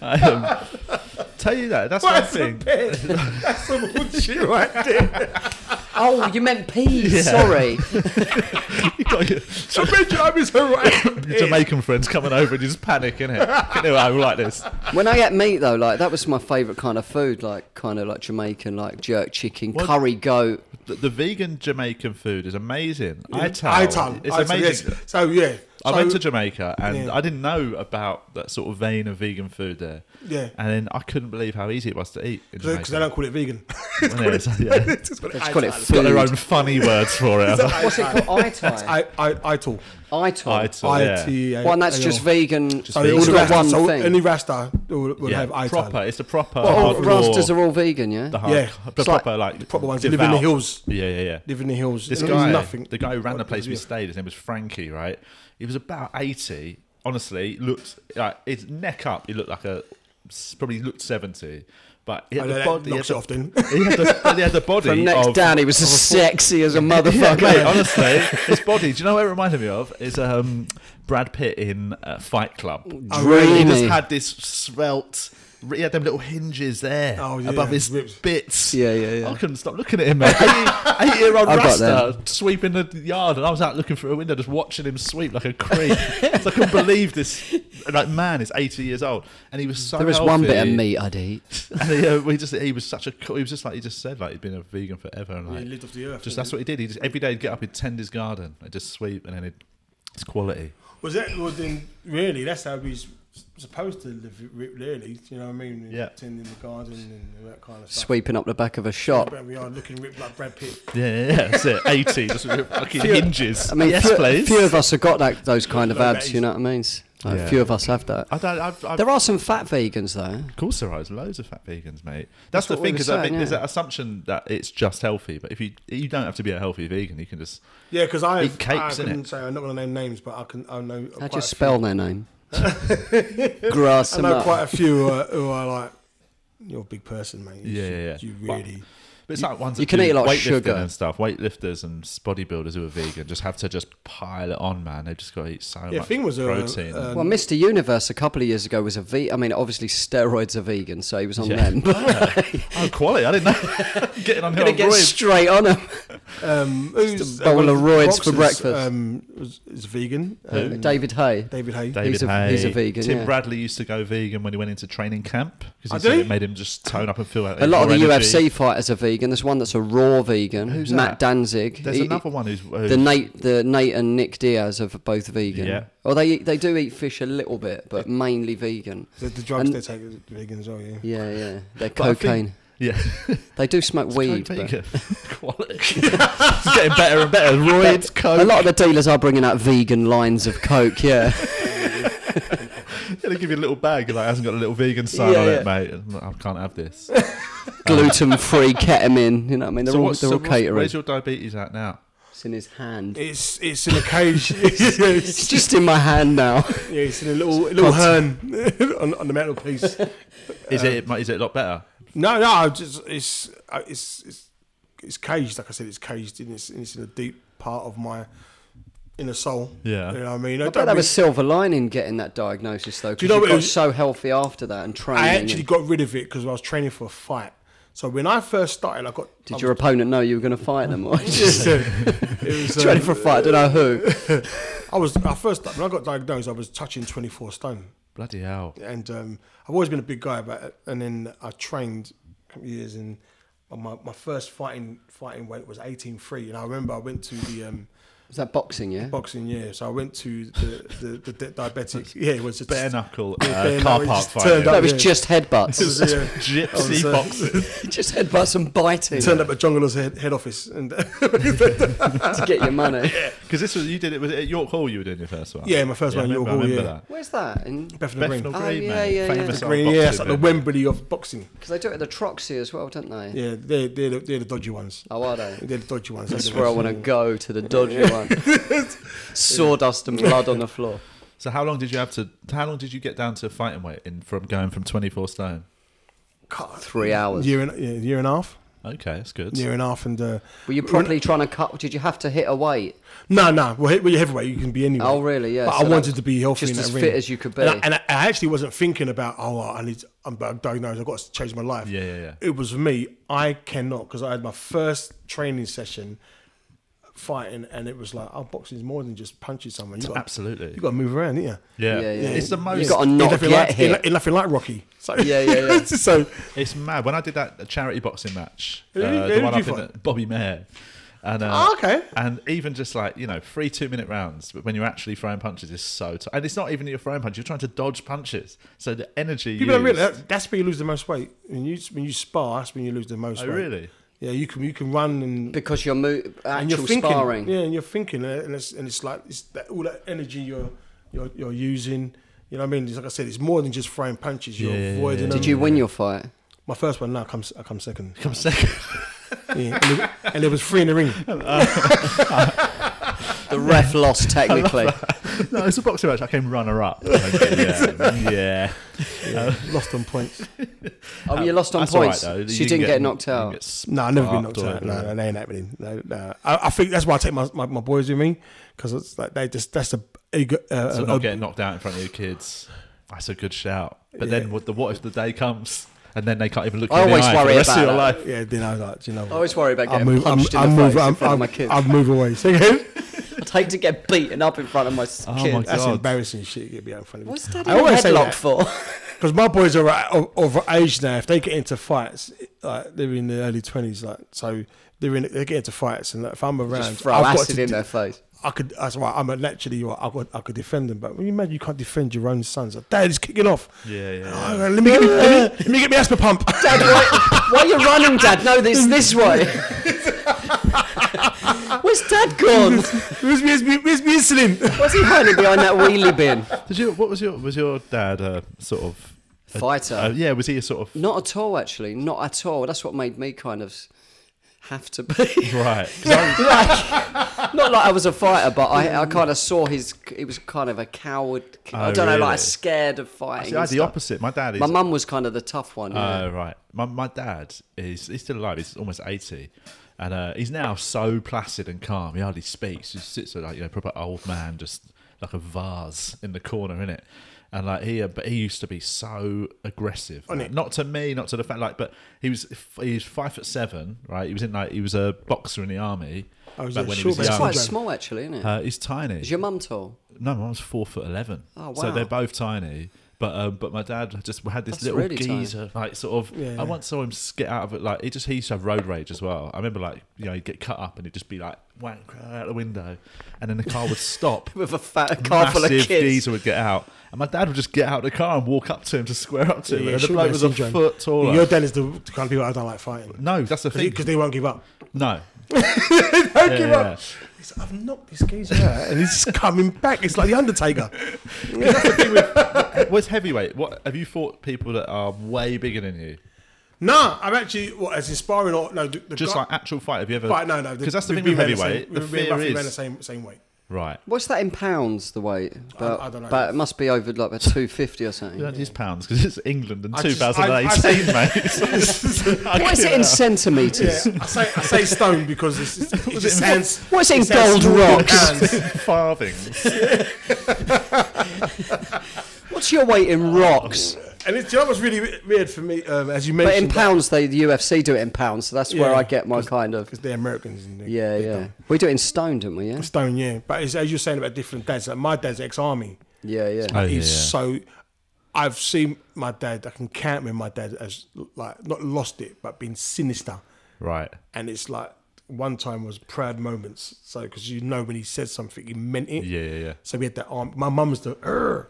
A: I, um, tell you that. That's one
C: rice
A: thing.
C: and peas. That's some bullshit right there.
D: Oh, you meant peas. Sorry.
A: You got your-
C: Imagine I miss her rice and
A: your
C: peas.
A: Jamaican friends coming over and you just panicking it. Anyway, I'm like this.
D: When I ate meat though, like that was my favourite kind of food, like kind of like Jamaican, like jerk chicken,
A: What-
D: curry goat.
A: The, the vegan Jamaican food is amazing. I tell.
C: Ital.
A: It's
C: Ital,
A: amazing.
C: yes. So yeah,
A: I
C: so,
A: went to Jamaica and
C: Yeah.
A: I didn't know about that sort of vein of vegan food there.
C: Yeah.
A: And then I couldn't believe how easy it was to eat in
C: because they
A: Jamaica.
C: don't call it vegan.
A: When it was- yeah.
C: It's called
D: Let's call it
C: Ital.
A: Got their own
D: food.
A: funny words for it.
D: What's it called? Itai.
C: I I Ital.
D: Itai.
A: Ital, yeah.
C: I-T-A-L.
D: Well, and that's just vegan.
A: Just
C: So
A: vegan.
C: all
D: It's
C: the
A: got
D: not
C: Rasta,
D: one
C: so
D: thing.
C: any Rasta will, will
A: Yeah,
C: have Ital.
A: proper. It's the proper.
D: Well,
A: hard raw,
D: Rastas are all vegan, yeah.
A: the hard,
C: Yeah.
A: the
D: It's like-
A: proper like
C: proper ones that live in the
A: devout-
C: hills.
A: Yeah, yeah, yeah.
C: Live in the hills.
A: This
C: It
A: guy,
C: means nothing.
A: the guy who ran the place we
C: Yeah.
A: stayed, his name was Frankie, right? He was about 80. Honestly, looked like his neck up, he looked like a probably looked 70. But he had
C: And
A: the
C: that
A: body, he had
C: knocks
A: the
C: it off then.
A: he had the, but he had the body
D: From next
A: of,
D: down, he was as sexy as a
A: yeah,
D: motherfucker.
A: mate, honestly, his body. Do you know what it reminded me of? Is um, Brad Pitt in uh, Fight Club.
C: Oh,
A: He just
D: Dreamy.
A: had this svelte. He had them little hinges there
C: Oh, yeah,
A: above his
C: ripped.
A: bits.
D: Yeah, yeah, yeah.
A: I couldn't stop looking at him, mate. Eight year old
D: I got
A: Rasta sweeping the yard, and I was out looking through a window, just watching him sweep like a creep. so I couldn't believe this. Like man is eighty years old, and he was so.
D: There was one bit of
A: healthy.
D: meat I'd eat.
A: And he, uh, we just he was such a cool, he was just like he just said like he'd been a vegan forever and
C: Yeah,
A: like
C: he lived off the earth,
A: Just
C: didn't
A: that's
C: he?
A: what he did. He just every day he'd get up, he'd tend his garden, and just sweep, and then he'd, it's quality.
C: Was that was then really? That's how we s- supposed to live, re- really. You know what I mean?
A: Yeah.
C: Tending the garden and all that kind of stuff.
D: Sweeping up the back of a shop.
C: But we are looking ripped like Brad Pitt.
A: Yeah, yeah, yeah that's it. Eighty, just with fucking hinges.
D: I mean,
A: yes,
D: few,
A: please.
D: few of us have got that, those kind of
C: No, that
D: abs,
C: is-
D: you know what I mean? S- Like,
A: Yeah.
D: Few of us have that.
A: I don't. I've, I've,
D: There are some fat vegans, though.
A: of course, there are. There's loads of fat vegans, mate. That's,
D: That's
A: the
D: what we
A: thing,
D: were
A: because I
D: saying,
A: think there's
D: yeah.
A: that assumption that it's just healthy. But if you you don't have to be a healthy vegan, you can just
C: Yeah, because I
A: Eat cakes,
C: I can
A: innit?
C: say I'm not going to name names, but I can. I know.
D: How
C: quite
D: do you
C: a
D: spell their name? Grass
C: Few, I
D: them
C: know
D: up.
C: quite a few who are, who are like, "You're a big person, mate. You
A: Yeah,
C: should-
A: yeah, yeah.
C: You really."
A: But it's like ones
D: you
A: that
D: can
A: do
D: eat a lot of
A: weightlifting
D: sugar.
A: and stuff. Weightlifters and s- bodybuilders who are vegan just have to just pile it on, man. They've just got to eat so
C: Yeah,
A: much
C: thing was, uh,
A: protein.
C: uh,
D: Well, Mr. Universe a couple of years ago was a ve- I mean, obviously steroids are vegan, so he was on
A: Yeah.
D: them. But
A: oh, quality! I didn't know. Getting on
D: gonna
A: Hill
D: get
A: Royd.
D: straight on him.
C: Um, who's,
D: a bowl
C: one
D: of roids
C: boxers,
D: for breakfast.
C: Um, is, is vegan.
D: Uh,
C: Um,
D: David Hay.
C: David Hay.
A: David
D: He's a-
A: Hay.
D: he's a vegan,
A: Tim
D: yeah.
A: Bradley used to go vegan when he went into training camp
C: Oh,
A: because he
C: did
A: said
C: he?
A: it made him just tone up and feel like
D: A lot of the
A: more energy.
D: UFC fighters are vegan. There's one that's a raw vegan.
A: Who's that?
D: Matt Danzig.
A: There's
D: He-
A: another one who's who,
D: The Nate, the Nate and Nick Diaz are both vegan.
A: Yeah.
D: Well, they they do eat fish a little bit, but mainly vegan.
C: The, the drugs
D: And-
C: they take is vegan as well, yeah.
D: Yeah, yeah. They're
A: But I think-
D: cocaine.
A: yeah
D: They do smoke weed.
A: Coke
D: but-
A: vegan. quality. it's getting better and better. Roids, coke.
D: A lot of the dealers are bringing out vegan lines of coke. Yeah.
A: They give you a little bag that hasn't got a little vegan sign
D: Yeah,
A: on
D: yeah.
A: it, mate. I'm like, I can't have this.
D: gluten free ketamine. You know what I mean? They're
A: so
D: all,
A: what's,
D: they're
A: so
D: all
A: what's-
D: catering.
A: where's your diabetes at now?
D: It's in his hand.
C: It's it's in a cage. it's,
D: It's just in my hand now.
C: yeah, it's in a little little hern on, on the metal piece.
D: Um,
A: Is it is it a lot better?
C: No, no, I just it's uh, it's it's it's caged. Like I said, it's caged in it's, it's in a deep part of my inner soul.
A: Yeah.
C: you know what I mean.
D: I
C: don't
D: bet that was
C: really-
D: silver lining getting that diagnosis though.
C: Do you
D: Because
C: know
D: you,
C: what it
D: got
C: was-
D: so healthy after that and training.
C: I
D: and-
C: actually got rid of it because I was training for a fight. So when I first started, I got. I
D: Did
C: was-
D: your opponent know you were going to fight them or just
C: it was,
D: ready
C: um,
D: for a fight? I don't know who.
C: I was I first when I got diagnosed, I was touching twenty four stone.
A: Bloody hell.
C: and um, I've always been a big guy, but and then I trained a couple of years, and my, my first fighting fighting weight was eighteen three, and I remember I went to the um,
D: Is that boxing? Yeah.
C: boxing yeah, so I went to the the, the, di- diabetic yeah, it was just
A: Bare knuckle
C: Yeah,
A: uh,
C: bare
A: car
C: knuckle,
A: park
C: just
A: fight.
C: turned
D: That
A: yeah.
C: up.
D: was
C: yeah.
D: just
C: It was,
D: headbutts.
C: yeah.
A: Gypsy
C: Oh, so-
A: boxing.
D: just headbutts and biting
C: Turned
D: to
C: up at Jungler's head, head office, and
D: get your money.
A: Because this was you did it was it at York Hall you were doing your first one.
C: Yeah, my first one at
A: I remember-
C: York Hall,
A: I remember
C: yeah.
D: That. Where's that? Because
A: that.
C: Bethnal Green.
A: Bethnal
D: Oh,
A: Green,
D: yeah,
A: mate.
D: yeah, yeah.
A: Famous
D: Bethnal
A: old
C: Green, yeah, it's
A: boxing
C: like the
A: venue.
C: Wembley of boxing.
D: they do it at the Troxy as well, don't they?
C: Yeah, they're they're the, they're the dodgy ones.
D: Oh, are they?
C: They're the dodgy ones.
D: That's where I want to go to the dodgy one. Sawdust and blood on the floor.
A: So how long did you have to? How long did you get down to fighting weight in from going from twenty four stone?
C: God,
D: Three hours.
C: year and yeah, year and a half,
A: Okay, that's good.
C: year and a half, and uh,
D: Were you properly trying to cut? Did you have to hit a weight?
C: No, no. Well, he- well, you're heavyweight. You can be anywhere.
D: Oh, really? Yeah.
C: But
D: So
C: I
D: that-
C: wanted to be healthy,
D: just
C: in that
D: as
C: ring.
D: fit as you could be.
C: And I, and I- I actually wasn't thinking about oh, I need. to- I'm I'm diagnosed. I've got to change my life.
A: Yeah, yeah, yeah.
C: It was for me. I cannot because I had my first training session fighting, and it was like, oh, boxing is more than just punching someone. You got
A: Absolutely.
C: you got to move around, yeah.
A: Yeah.
D: Yeah, yeah.
A: It's the most.
D: You gotta not
C: nothing
D: get
C: like,
D: hit.
C: It's nothing like Rocky. So,
D: Yeah, yeah, yeah.
C: so
A: It's mad. When I did that charity boxing match,
C: Who-
A: uh,
C: who
A: the
C: did
A: one
C: you
A: up in
C: fight?
A: the- Bobby Mayer, and uh,
C: Oh, okay.
A: and even just like you know three two minute rounds, but when you're actually throwing punches, is so t- and it's not even that you're throwing punches; you're trying to dodge punches. So the energy
C: people don't
A: used-
C: realize that, that's when you lose the most weight. When you when you spar, that's when you lose the most
A: Oh,
C: weight.
A: really?
C: Yeah, you can you can run and
D: because you're mo-
C: and you're
D: actual
C: thinking,
D: sparring.
C: yeah, and you're thinking, uh, and it's and it's like it's that, all that energy you're you're you're using. You know what I mean? It's like I said, it's more than just throwing punches. You're
A: Yeah, yeah,
C: avoiding
A: yeah.
C: them.
D: Did you win your fight?
C: My first one now comes I come second.
A: Come second.
C: Yeah, and, it, and there was three in the ring.
D: The ref lost technically.
A: no, it's a boxing match. I came runner up. yeah. yeah.
C: Lost on points.
D: Oh, you lost on
A: That's all right,
D: points.
A: though.
D: so you didn't get, knocked
A: you can
D: out.
A: get s-
C: No, I've never been
A: Fucked
C: knocked out.
A: already,
C: No,
A: yeah.
C: no, they ain't happening. No, no. I, I think that's why I take my, my, my boys with me because it's like they just that's a ego. Uh,
A: So
C: a-
A: not
C: a-
A: getting knocked out in front of your kids. That's a good shout. But then what, the, what if the day comes and then they can't even look you
D: I
A: in the
D: always
A: eye for
D: worry
A: the rest of
D: about
A: your
D: that.
A: life?
C: yeah, then I was like, do you know,
D: I
C: what?
D: always worry about
C: I'll
D: getting
C: move, I'm,
D: punched
C: I'll
D: in the
C: move,
D: face in
C: I'm,
D: front of
C: I'm,
D: my kids.
C: I'll move away. Say again?
D: I'd hate to get beaten up in front of my s-
A: Oh, my
D: kids.
A: God.
C: That's embarrassing shit. You'd be out in front of me.
D: What's that
C: I
D: in a
C: always say
D: headlock
C: that.
D: for?
C: Because my boys are at- of, of age now. If they get into fights, like they're in the early twenties, like so they're in, they get into fights, and like, if I'm around,
D: Just throw
C: I've got
D: acid
C: to
D: in
C: de-
D: their face.
C: I could. That's why I'm a naturally. I could. I could defend them, but when you imagine you can't defend your own sons, like, Dad is kicking off.
A: Yeah, yeah,
C: Oh, let me get me, let me, let me get me asthma pump.
D: Dad, why, why are you running, Dad? No, this this way. Where's Dad gone?
C: where's, me, where's, me, where's me insulin?
D: What's he hiding behind that wheelie bin?
A: Did you? What was your? Was your dad a sort of? a-
D: Fighter.
A: uh, yeah. Was he a sort of?
D: Not at all, actually. Not at all. That's what made me kind of s- have to be.
A: Right. 'Cause I-
D: like, not like I was a fighter, but I,
C: Mm.
D: I kind of saw his. He was kind of a coward. I
A: Oh,
D: don't know,
A: really?
D: like scared of fighting.
A: see, I
D: and
A: had the
D: stuff.
A: opposite. My dad is.
D: My mum was kind of the tough one. yeah.
A: Oh, right. My, my dad is he's still alive. He's almost eighty, and uh, he's now so placid and calm. He hardly speaks. He just sits there like you know, proper old man, just like a vase in the corner, in it. and like he, uh, but he used to be so aggressive.
C: On
A: like,
C: it.
A: not to me, not to the fact, like, but he was he was five foot seven, right? He was in like he was a boxer in the army.
C: Oh, he's
A: back
C: a
A: when he was
C: short man.
D: It's
A: young.
D: quite small, actually, isn't it?
A: Uh, he's tiny.
D: Is your mum tall?
A: No, my mum's four foot eleven.
D: Oh,
A: So
D: wow.
A: they're both tiny. But um, but my dad just had this
D: That's
A: little
D: really tiny.
A: geezer, like sort of.
C: Yeah.
A: I once saw him skit out of it. Like he just he used to have road rage as well. I remember like you know he'd get cut up and he'd just be like wank out the window, and then the car would stop.
D: With a fat car full of
A: Massive
D: kids.
A: geezer would get out, and my dad would just get out of the car and walk up to him to square up to him.
C: Yeah,
A: and the
C: short
A: bloke
C: man
A: was a
C: syndrome.
A: foot taller.
C: Your dad is the the kind of people I don't like fighting
A: no, that's the thing.
C: because they won't give up.
A: No,
C: Don't
A: Yeah,
C: give
A: yeah.
C: up. He's like, I've knocked this geezer out, and he's coming back. It's like the Undertaker.
A: what's heavyweight? What have you fought people that are way bigger than you?
C: Nah, I'm actually what as inspiring or no, the, the
A: Just
C: guy-
A: like actual fight. Have you ever?
C: fight. No, no,
A: Because that's the
C: we-
A: thing
C: we
A: with
C: ran same-
A: heavyweight.
C: we
A: The
C: ran- we
A: fear
C: roughly ran the
A: is
C: same same weight.
A: right.
D: What's that in pounds? The weight, but
C: I don't know.
D: but it must be over like a two fifty or something.
A: Don't use pounds because it's England in
C: I just-
A: 2018,
C: I-
A: mate.
D: What is it in
C: Yeah,
D: centimeters?
C: I say I say stone because it's, it's, it just
A: it-
C: sounds.
D: What's in
C: it sounds
D: gold
C: small in
D: rocks?
C: hands.
A: Farthings.
D: What's your weight in
A: Oh,
D: rocks?
C: And it's, you know what's really we- weird for me, um, as you
D: But in
C: mentioned,
D: pounds, they the UFC do it in pounds, so that's where
C: Yeah,
D: I get my kind of
C: because they're Americans. And they-
D: yeah
C: they
D: yeah.
C: don't.
D: We do it in stone, don't we? Yeah
C: Stone, yeah. But it's, as you're saying about different dads, like my dad's ex-army.
D: yeah yeah.
A: Oh, yeah,
C: he's
A: yeah.
C: so. I've seen my dad. I can count with my dad as like not lost it, but been sinister.
A: Right.
C: and it's like one time was proud moments. So because you know when he said something, he meant it.
A: Yeah, yeah, yeah.
C: So we had that arm. My mum was the er.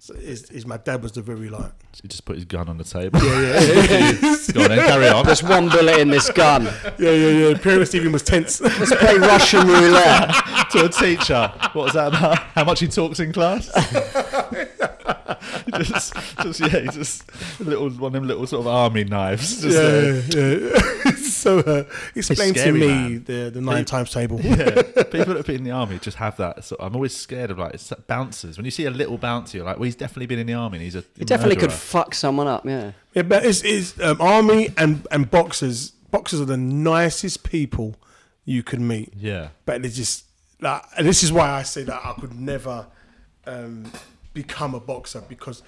C: So is, is my dad was the very like
A: He just put his gun on the table. Yeah, yeah. Go on then, carry on.
D: There's one bullet in this gun.
C: yeah yeah yeah. Parents even was tense.
D: Let's play Russian roulette.
A: to a teacher. What was that about? How much he talks in class? just, just, yeah, he's just a little one of them little sort of army knives. Just uh, there.
C: yeah, yeah. so uh, explain to
A: scary,
C: me
A: man.
C: the the nine times table.
A: Yeah, people that have been in the army just have that. So I'm always scared of like it's that bouncers. When you see a little bouncer, you're like, well, he's definitely been in the army. And he's a
D: You definitely could
A: murderer.
D: fuck someone up. Yeah.
C: Yeah, but it's, it's um, army and and boxers. Boxers are the nicest people you can meet.
A: yeah,
C: but they just like and this is why I say that I could never um, become a boxer because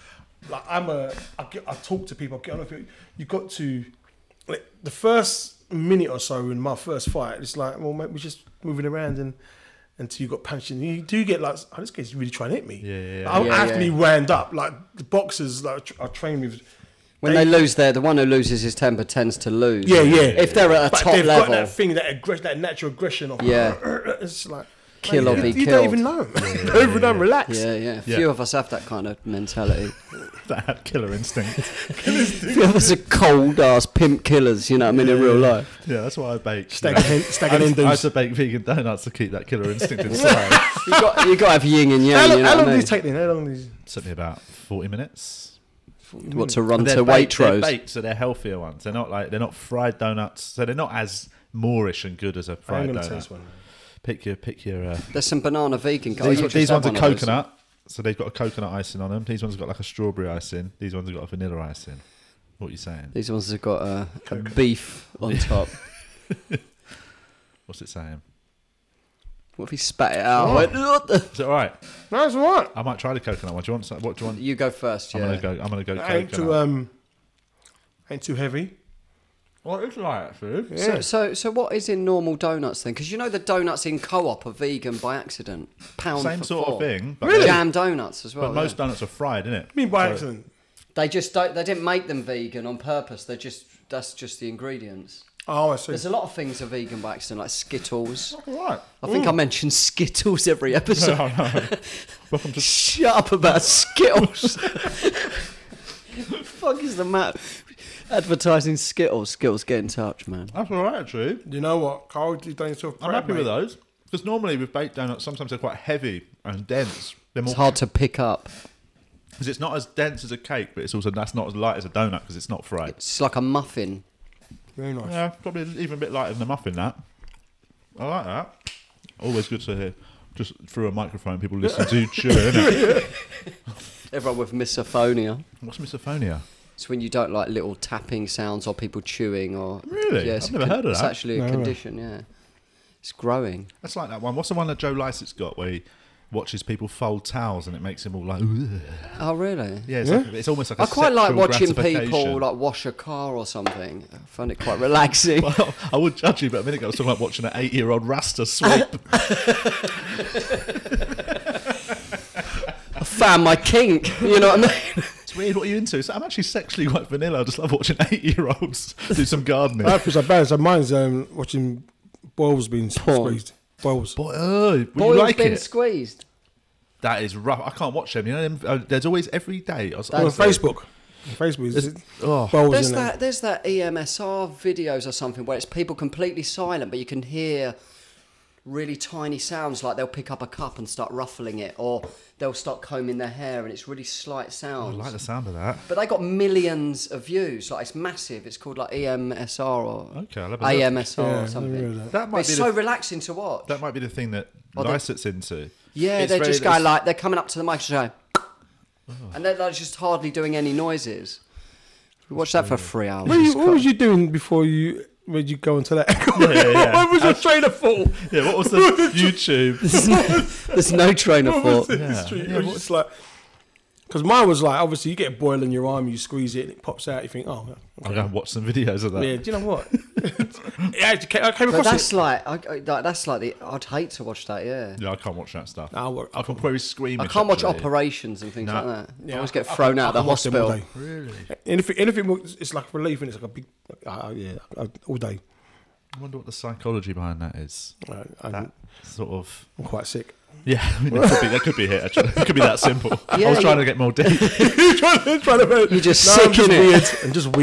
C: like I'm a I, get, I talk to people I get on with people you got to like the first minute or so in my first fight it's like well mate we're just moving around and until you got punched and you do get like oh this guy's really trying to hit me
A: Yeah, yeah,
C: Like, I don't
D: yeah.
C: have to
D: Yeah,
C: be
D: yeah.
C: wound up like the boxers like are tr- are trained with
D: When they, lose their, the one who loses his temper tends to lose.
C: Yeah, yeah.
D: If they're at a
C: but
D: top
C: they've got
D: level,
C: that thing that aggression that natural aggression of
D: Yeah.
C: it's just like
D: Kill
C: mate,
D: or
C: you,
D: be
C: you don't
D: killed.
C: even know you don't even know relax
D: yeah, yeah.
A: Yeah.
D: Few of us have that kind of mentality.
A: that had killer instinct.
D: Few of us are cold ass pimp killers. You know what I mean in real life.
A: Yeah, that's why I bake. you
C: Stag
A: know.
C: hen- stag and
A: I used- I
C: Hindus.
A: used to bake vegan donuts to keep that killer instinct inside.
D: You got you got to have yin and yang.
C: How long,
D: you know
C: how
D: what
C: long
D: I
C: do
D: mean?
C: these take then? How long do these?
A: took me about 40 minutes.
D: what to run
A: And
D: to
A: baked,
D: Waitrose?
A: They're baked, so they're healthier ones. They're not like they're not fried donuts, so they're not as Moorish and good as a
C: I'm
A: fried
C: going
A: donut.
C: to taste one.
A: Pick your pick your. Uh,
D: There's some banana vegan guys.
A: these one-
D: You just
A: these
D: have
A: ones are
D: one of those.
A: coconut, so they've got a coconut icing on them. These ones have got like a strawberry icing. These ones have got a vanilla icing. What are you saying?
D: These ones have got uh, a beef on top.
A: What's it saying?
D: what if he spat it out? I went, "What the-"
A: Is it all right?
C: No, it's all right.
A: I might try the coconut one. Do you want? some- What do you want?
D: You go first.
A: I'm
D: Yeah.
A: gonna go. I'm gonna go
C: I
A: coconut.
C: ain't too um, ain't too heavy.
A: well, it's light food.
D: So, so, so what is in normal donuts then? Because you know the donuts in co-op are vegan by accident. Pound
A: Same
D: for
A: sort of
D: four.
A: thing, but-
D: Really?
A: Really?
D: Jam donuts as well.
A: But most
D: yeah.
A: donuts are fried, isn't it?
C: I mean, by accident.
D: they just don't. They didn't make them vegan on purpose. They just that's just the ingredients.
C: Oh, I see.
D: There's a lot of things are vegan by accident, like Skittles.
A: Right.
D: I think I mentioned Skittles every episode.
A: Oh, Mm. no. Welcome to
D: Shut up about Skittles. fuck is the matter? Advertising Skittles. Skittles, get in touch, man.
A: That's all right, actually.
C: You know what? Carl, you done yourself.
A: I'm happy with those because normally with baked donuts, sometimes they're quite heavy and dense. They're more
D: It's hard to pick up.
A: because it's not as dense as a cake, but it's also that's not as light as a donut because it's not fried.
D: It's like a muffin.
C: Very nice.
A: Yeah, probably even a bit lighter than a muffin. That I like that. Always good to hear. Just through a microphone, people listen to chew. Isn't it?
D: Everyone with misophonia.
A: What's misophonia?
D: It's when you don't like little tapping sounds or people chewing or.
A: Really?
D: it's
A: I've
D: a
A: never heard of
D: It's
A: that.
D: actually a
C: No, no.
D: condition, yeah. It's growing.
A: That's like that one. What's the one that Joe Lycett's got where he, watches people fold towels, and it makes him all like, "Ugh."
D: Oh, really?
A: yeah, it's, Like, it's almost like a
D: I quite like
A: sexual
D: watching
A: gratification.
D: people like wash a car or something. I find it quite relaxing.
A: Well, I would judge you, but a minute ago I was talking about watching an eight-year-old Rasta sweep.
D: I found my kink. You know what I mean?
A: it's weird. What are you into? So I'm actually sexually quite vanilla. I just love watching eight-year-olds do some gardening.
C: I feel so bad. So mine's um, watching balls being
D: Porn.
C: squeezed. Balls.
A: Boy, oh, would you
D: Boil's
A: like
D: been
A: it?
D: squeezed.
A: that is rough. I can't watch them. You know, them- uh, there's always every day. I was,
C: On
A: honestly-
C: Facebook. On Facebook. Is it
A: oh.
C: balls
D: There's
C: in there.
D: that there's that E EMSR videos or something where it's people completely silent, but you can hear really tiny sounds like they'll pick up a cup and start ruffling it, or they'll start combing their hair, and it's really slight
A: Oh, I
D: sounds.
A: like the sound of that.
D: But they got millions of views. Like it's massive. It's called like E EMSR or
A: Okay, I'll have a look.
D: AMSR
C: Yeah,
D: or
C: I remember
D: something.
C: that.
A: That
D: But
A: might
D: it's
A: be
D: so
A: the,
D: relaxing to watch.
A: that might be the thing that
D: Well, they-
A: Lysets into.
D: yeah,
A: It's very-
D: they're
A: Oh.
D: just going
A: it's-
D: like they're coming up to the microphone, and they're, like, just hardly doing any noises. We watched that for three hours.
C: What, you,
D: It's
C: what was you doing before you when you go into that?
A: yeah, yeah.
C: what was your train of thought?
A: Yeah, what was the YouTube?
D: There's no, there's no train of
C: What was
D: thought.
C: the
A: Yeah.
C: history?
A: Yeah,
C: It was
A: what-
C: just like because mine was like obviously you get a boil in your arm, you squeeze it, and it pops out. You think, oh,
A: I'm going to watch some videos of that.
C: yeah. Do you know what? yeah, I came, I came
D: But
C: across
D: that's
C: it.
D: like, I, I- like that's like the. I'd hate to watch that. Yeah,
A: No, I can't watch that stuff.
C: Nah, I work-
A: I can probably scream.
D: I
A: if
D: can't watch
A: actually-
D: operations and things
A: No.
D: like that. I
C: Yeah,
D: always get thrown out of the
C: I watch them all
D: hospital.
C: day. Anything, anything. was- It's like relief, and it's like a big. Uh, yeah, uh, all day.
A: I wonder what the psychology behind that is.
C: Uh, I'm,
A: That sort of.
C: I'm quite sick.
A: Yeah, I mean, that could be that could be it. Actually, it could be that simple. I
D: Yeah,
A: was trying to
D: you-
A: get more deep.
C: trying to, trying to
D: You're just
C: I'm
D: sick,
C: just
D: innit?
C: weird. I'm just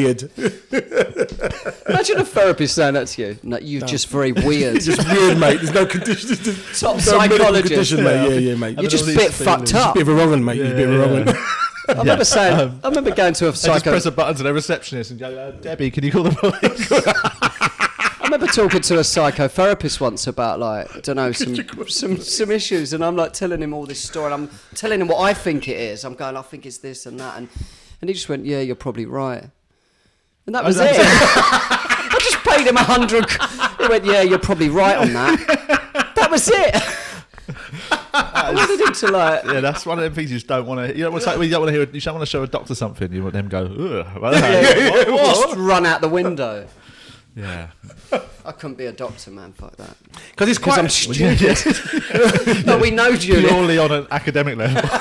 C: weird.
D: Imagine a therapist saying that to you. No, you're just very weird.
C: It's just weird, mate. There's no condition. There's there's
D: Top
C: no medical
D: psychologist.
C: condition, mate. Yeah, yeah, mate.
D: you're
A: mean,
D: just
A: all
D: a
A: these
D: bit
A: things-
D: fucked
C: Just
D: up.
C: a bit of a wrong one, mate. You're a bit of a wrong one.
D: I remember saying. I remember going to a
A: I just
D: psycho.
A: press a button to the receptionist and go, uh, "Debbie, can you call the police?"
D: I remember talking to a psychotherapist once about like I don't know some some some issues, and I'm like telling him all this story. And I'm telling him what I think it is. I'm going, I think it's this and that, and and he just went, Yeah, you're probably right. And that was it.
A: that's
D: I just paid him a hundred. He went, Yeah, you're probably right on that. That was it. I wanted him to like.
A: yeah, that's one of the things you just don't want to. You don't want to. You don't want to hear. You don't want to show a doctor something. You want them to go. Ugh, well,
D: yeah, Just run out the window.
A: yeah.
D: I couldn't be a doctor, man. Fuck that.
C: Because it's
D: Because I'm
C: quite.
D: stupid. But we know Julian.
A: Purely on an academic level.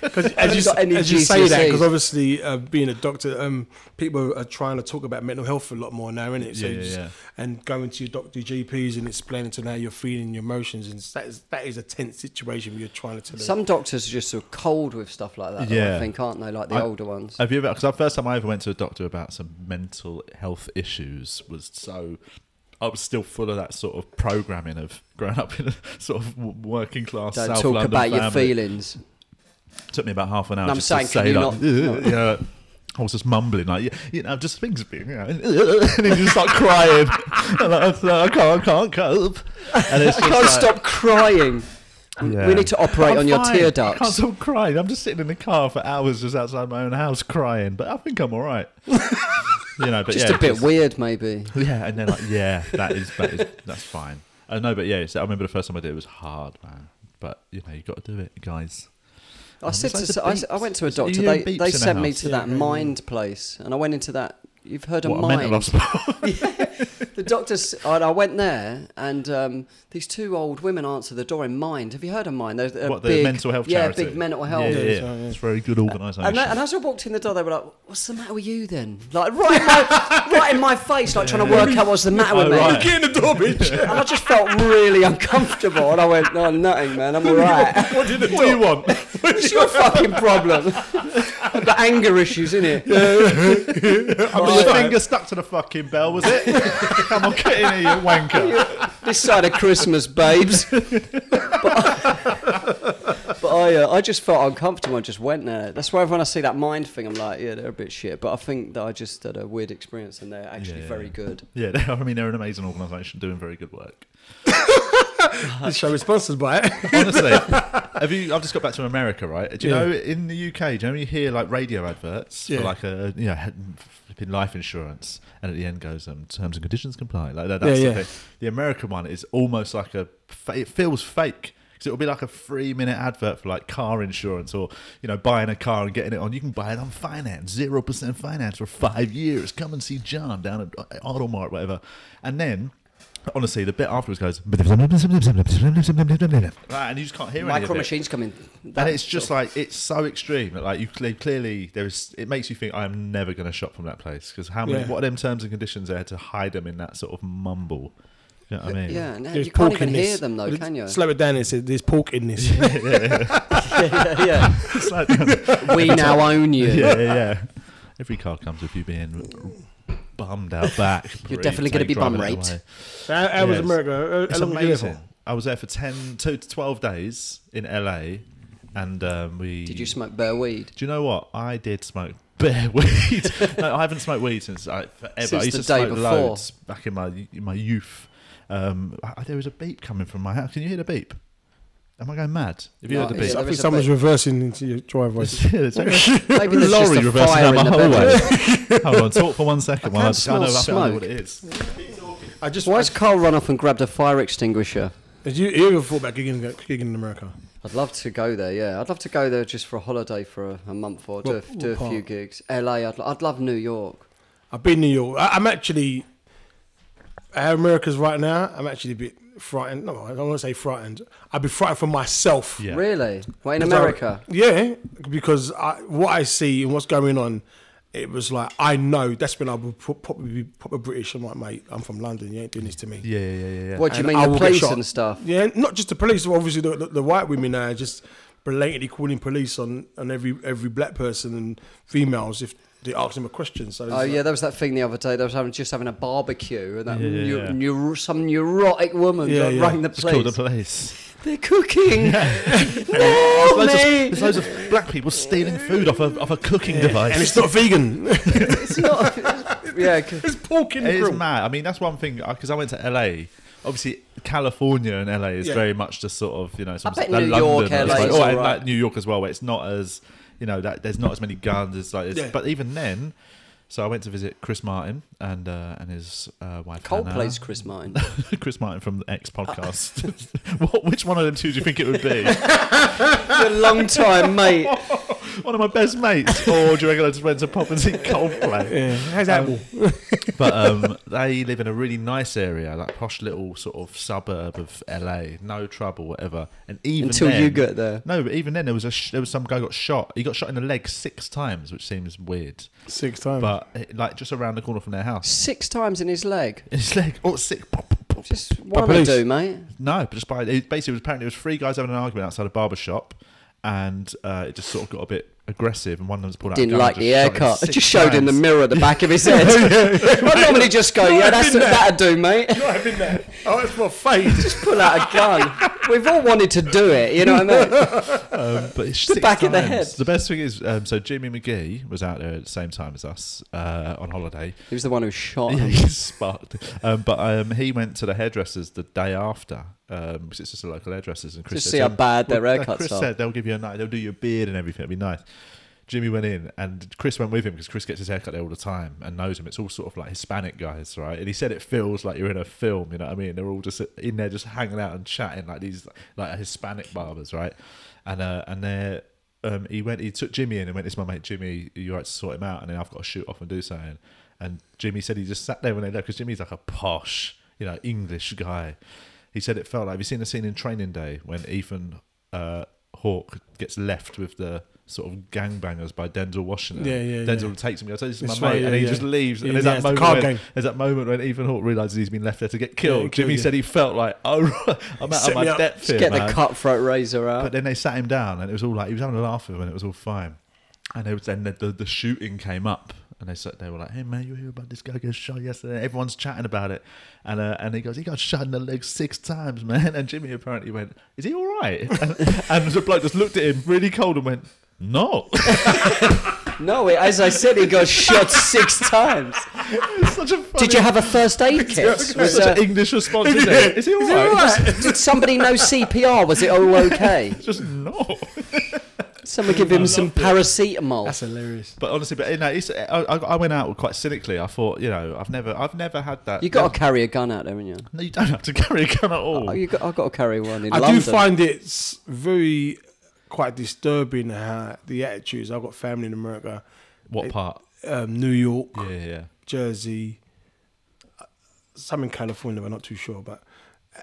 C: Because as you,
D: got any
C: as you say that,
D: GCSEs.
C: because obviously uh, being a doctor, um, people are trying to talk about mental health a lot more now, isn't it?
A: Yeah,
C: you
A: yeah, yeah.
C: And going to your doctor, GPs, and explaining to them how you're feeling, your emotions, and that is that is a tense situation. You're trying to tell them.
D: Some doctors are just so cold with stuff like that. Yeah.
A: Yeah.
D: I think, aren't they? Like the
A: I-
D: older ones.
A: Have you ever? Because the first time I ever went to a doctor about some mental health issues was so. I was still full of that sort of programming of growing up in a sort of w- working class.
D: Don't
A: South
D: talk
A: London
D: about your
A: family.
D: feelings.
A: Took me about half an hour.
D: And I'm
A: just
D: saying,
A: to
D: can
A: say
D: you
A: like,
D: not-
A: "Ugh," you know, I was just mumbling like, you- you know, just things being, you know, and then you start crying. and I, was like, uh, I can't, I can't cope. And it's just
D: I can't
A: like,
D: stop crying.
A: Yeah.
D: We need to operate
A: I'm
D: on your
A: fine.
D: tear
A: I can't
D: ducts.
A: stop crying. I'm just sitting in the car for hours just outside my own house crying, but I think I'm all right. you know, but
D: Just
A: yeah,
D: a bit
A: just-
D: weird, maybe.
A: Yeah, and they're like, yeah, that is, that is that's fine. I know, but yeah, it's, I remember the first time I did it was hard, man. But you know, you got to do it, guys.
D: I said
A: there's
D: to,
A: loads
D: I,
A: of
D: I went to a
A: beeps. Are
D: doctor.
A: you
D: They,
A: in beeps
D: they
A: in the
D: sent me
A: house?
D: to that mind place, and I went into that. You've heard of
A: What a
D: mind.
A: mental hospital.
D: The doctors. And I went there, and um, these two old women answered the door in mind. Have you heard of mind? They're, they're
A: what the
D: big,
A: mental health
D: Yeah,
A: charity?
D: big mental health.
A: Yeah, yeah,
C: Yeah, yeah.
A: it's very good organisation.
D: And, that, and as I walked in the door, they were like, "What's the matter with you then?" Like right in my, right in my face, like trying to work out what's the matter with
A: Oh,
D: me.
A: right.
C: Get in the door, bitch.
D: And I just felt really uncomfortable, and I went, "No, nothing, man. I'm all right.
C: what did the
A: what do you
C: doctor?
A: want?
D: It's your fucking problem. I've got anger issues in it.
A: Was your finger stuck to the fucking bell, was it? Come on, get in here, you wanker.
D: This side of Christmas, babes." but I, but I, uh, I just felt uncomfortable. and just went there. That's why when I see that mind thing, I'm like, "Yeah, they're a bit shit." But I think that I just had a weird experience, and they're actually
A: Yeah.
D: very good.
A: Yeah, they- I mean they're an amazing organisation doing very good work.
C: This show is sponsored by it.
A: Honestly, have you? I've just got back to America, right? Do you
C: Yeah.
A: know in the UK? Do you know you hear like radio adverts
C: Yeah.
A: for like a you know he- flipping life insurance, and at the end goes um, terms and conditions comply. Like that, that's the
C: Yeah, yeah.
A: thing. The American one is almost like a. fa- It feels fake because it'll be like a three minute advert for like car insurance or you know buying a car and getting it on. You can buy it on finance, zero percent finance for five years. Come and see John down at uh, Automart, whatever, and then. Honestly, the bit afterwards goes, right, and you just can't hear any of
D: Micro
A: it
D: machines coming.
A: and it's just like it's so extreme. that, Like you cle- clearly there is, it makes you think I am never going to shop from that place because how many
C: Yeah.
A: what are them terms and conditions they had to hide them in that sort of mumble. You know what I mean?
D: yeah, no,
C: There's
D: you can't
C: pork
D: even
C: in
D: hear
C: this.
D: them though, can you?
C: Slow it down. It said there's pork in this.
D: yeah, yeah.
A: It's like- yeah,
D: we now own you.
A: yeah, yeah. Every car comes with you being bummed out back.
D: You're
A: Breathe,
D: definitely gonna
A: take
D: be
A: driving
D: bum
A: it
D: raped.
A: away.
C: So how, how was
A: Yes.
C: America? How,
A: It's
C: how long were you there
A: amazing. I was there for 10, two to 12 days in LA, and um, we
D: Did you smoke bare weed?
A: Do you know what? I did smoke bare weed. no, I haven't smoked weed since like, forever.
D: Since
A: I used
D: the
A: to
D: day
A: smoke
D: before.
A: loads back in my in my youth. Um, I, there was a beep coming from my house. Can you hear the beep? Am I going mad? Have you
D: No,
A: heard the
D: it's-
A: beep?
C: for? I
D: there
C: think
D: is a
C: someone's
D: bit-
C: reversing into your driveway.
A: Yeah, it's like a
D: Maybe there's just a fire in the
A: Hold on, talk for one second.
D: I
A: while
D: can't
A: I just- I know- I
D: smell
A: think I know
D: smoke.
A: what it is.
C: I just
D: Why has Carl run off and grabbed a fire extinguisher?
C: Did you, you ever thought about gigging, gigging in America?
D: I'd love to go there. Yeah, I'd love to go there just for a holiday for a, a month or do, a,
C: What-
D: do a
C: what
D: few
C: part?
D: gigs. LA. I'd, lo- I'd love New York.
C: I've been to New York. I, I'm actually how America's right now. I'm actually a bit frightened. No, I don't want to say frightened. I'd be frightened for myself.
A: Yeah.
D: Really? Well, in
C: Because I-
D: America.
C: yeah, because I, what I see and what's going on, it was like I know that's when I would pro- probably be proper British. I'm like, mate, I'm from London. You ain't doing this to me.
A: Yeah, yeah, yeah, yeah.
D: What do you
C: And
D: mean
C: I
D: the
C: will get
D: police
C: shot.
D: and stuff?
C: Yeah, not just the police. Obviously, the, the, the white women are just blatantly calling police on, on every every black person and females if they ask them a question. So it's
D: Oh
C: like-
D: yeah, there was that thing the other day. They was having, just having a barbecue, and that
A: Yeah, yeah,
D: neu-
A: yeah.
D: neur- some neurotic woman
C: Yeah,
D: got-
C: yeah.
D: rang the
A: It's called
D: police.
A: the police.
D: They're cooking.
A: There's
D: no,
A: loads, of,
D: mate.
A: there's loads of black people stealing food off a, off a cooking device.
C: and it's not vegan.
D: It's not. yeah, 'cause-
C: it's pork in the
A: It is
C: grill.
A: mad. I mean, that's one thing because I went to LA. Obviously, California and LA is
C: Yeah.
A: very much just sort of you know. some
D: bet
A: like
D: New York,
A: London,
D: LA
A: it's like,
D: is
A: oh, and
D: alright.
A: like New York as well, where it's not as you know that there's not as many guns as like. it's-
C: Yeah.
A: But even then, so I went to visit Chris Martin and uh, and his uh, wife. Hannah.
D: Coldplay's Chris Martin.
A: Chris Martin from the X podcast. what, which one of them two do you think it would be?
D: a long time, mate.
A: one of my best mates, or do you reckon I just went to pop and see Coldplay?
C: Yeah, how's that?
A: Um,
C: Will?
A: but um, they live in a really nice area, like posh little sort of suburb of LA. No trouble, whatever. And even
D: Until you
A: then-
D: get there.
A: no, but even then there was a sh- there was some guy got shot. He got shot in the leg six times, which seems weird.
C: Six times.
A: But it, like just around the corner from their house,
D: Six times in his leg.
A: in his leg, oh sick. Pop, pop, pop.
D: Just what am I
C: police.
D: do, mate?
A: No, but just by it basically it was apparently it was three guys having an argument outside a barber shop, and uh, it just sort of got a bit aggressive, and one of them's pulled out. a
D: Didn't
A: gun
D: like
A: and
D: the
A: just shot him
D: haircut. I
A: six
D: just showed him the
A: times.
D: mirror at the back of his head. I normally just go, yeah, that's that'd do, mate.
C: oh, it's my face.
D: Pull out a gun. We've all wanted to do it, you know what I mean?
A: but it's
D: The
A: six
D: back of the
A: times.
D: head.
A: The best thing is, um, so Jimmy McGee was out there at the same time as us uh, on holiday.
D: He was the one who shot
A: Yeah,
D: him.
A: he's sparked. Um, but um, he went to the hairdressers the day after because it's just a local hairdressers and Chris
D: Just
A: said
D: see
A: to
D: how
A: him-
D: bad their
A: well, uh,
D: haircuts
A: Chris
D: are.
A: said they'll give you a night, they'll do your beard and everything. It'd be nice. Jimmy went in and Chris went with him because Chris gets his haircut there all the time and knows him. It's all sort of like Hispanic guys, right? And he said it feels like you're in a film, you know what I mean? They're all just in there, just hanging out and chatting like these like Hispanic barbers, right? And uh, and they're um, he went, he took Jimmy in and went, "It's my mate Jimmy. You right to sort him out, and then I've got to shoot off and do something." And Jimmy said he just sat there when they left because Jimmy's like a posh, you know, English guy. He said it felt like. Have you seen the scene in Training Day when Ethan uh, Hawke gets left with the sort of gangbangers by Denzel Washington?
C: Yeah, yeah,
A: Denzel
C: yeah.
A: takes him. He goes, "This is my
C: That's
A: mate,"
C: right,
A: and
C: yeah,
A: he
C: yeah.
A: just leaves.
C: Yeah,
A: and there's
C: yeah,
A: that
C: it's the
A: moment.
C: card
A: when,
C: game.
A: there's that moment when Ethan Hawke realizes he's been left there to get killed.
C: killed,
A: Jimmy
C: yeah.
A: said he felt like, "Oh, right, I'm out
C: Set
A: of my
C: me up.
A: depth here."
D: Get
A: man.
D: the cutthroat razor
A: But
D: out.
A: then they sat him down, and it was all like he was having a laugh with him, and it was all fine. And it was, then the, the, the shooting came up, and they said they were like, "Hey man, you hear about this guy getting shot yesterday?" Everyone's chatting about it, and uh, and he goes, "He got shot in the leg six times, man." And Jimmy apparently went, "Is he all right?" And, and the bloke just looked at him really cold and went, "No."
D: No, it- as I said, he got shot six times.
A: It's such a funny,
D: Did you have a first aid kit?
A: it's
D: Was,
A: such
D: uh,
A: an English response? Isn't it? Is he all right?
D: did somebody know CPR? Was it all okay?
A: Just, just no.
D: Someone give him some paracetamol.
C: That's hilarious.
A: But honestly, but you know, it's, I, I I went out quite cynically. I thought, you know, I've never, I've never had that.
D: you got to carry a gun out there, haven't you?
A: No, you don't have to carry a gun at all.
D: Oh, you got, I've got to carry one in
C: I
D: London.
C: do find it's very quite disturbing how the attitudes. I've got family in America,
A: what part?
C: um, New York,
A: Yeah, yeah, yeah.
C: Jersey, uh, some in California. We're not too sure, but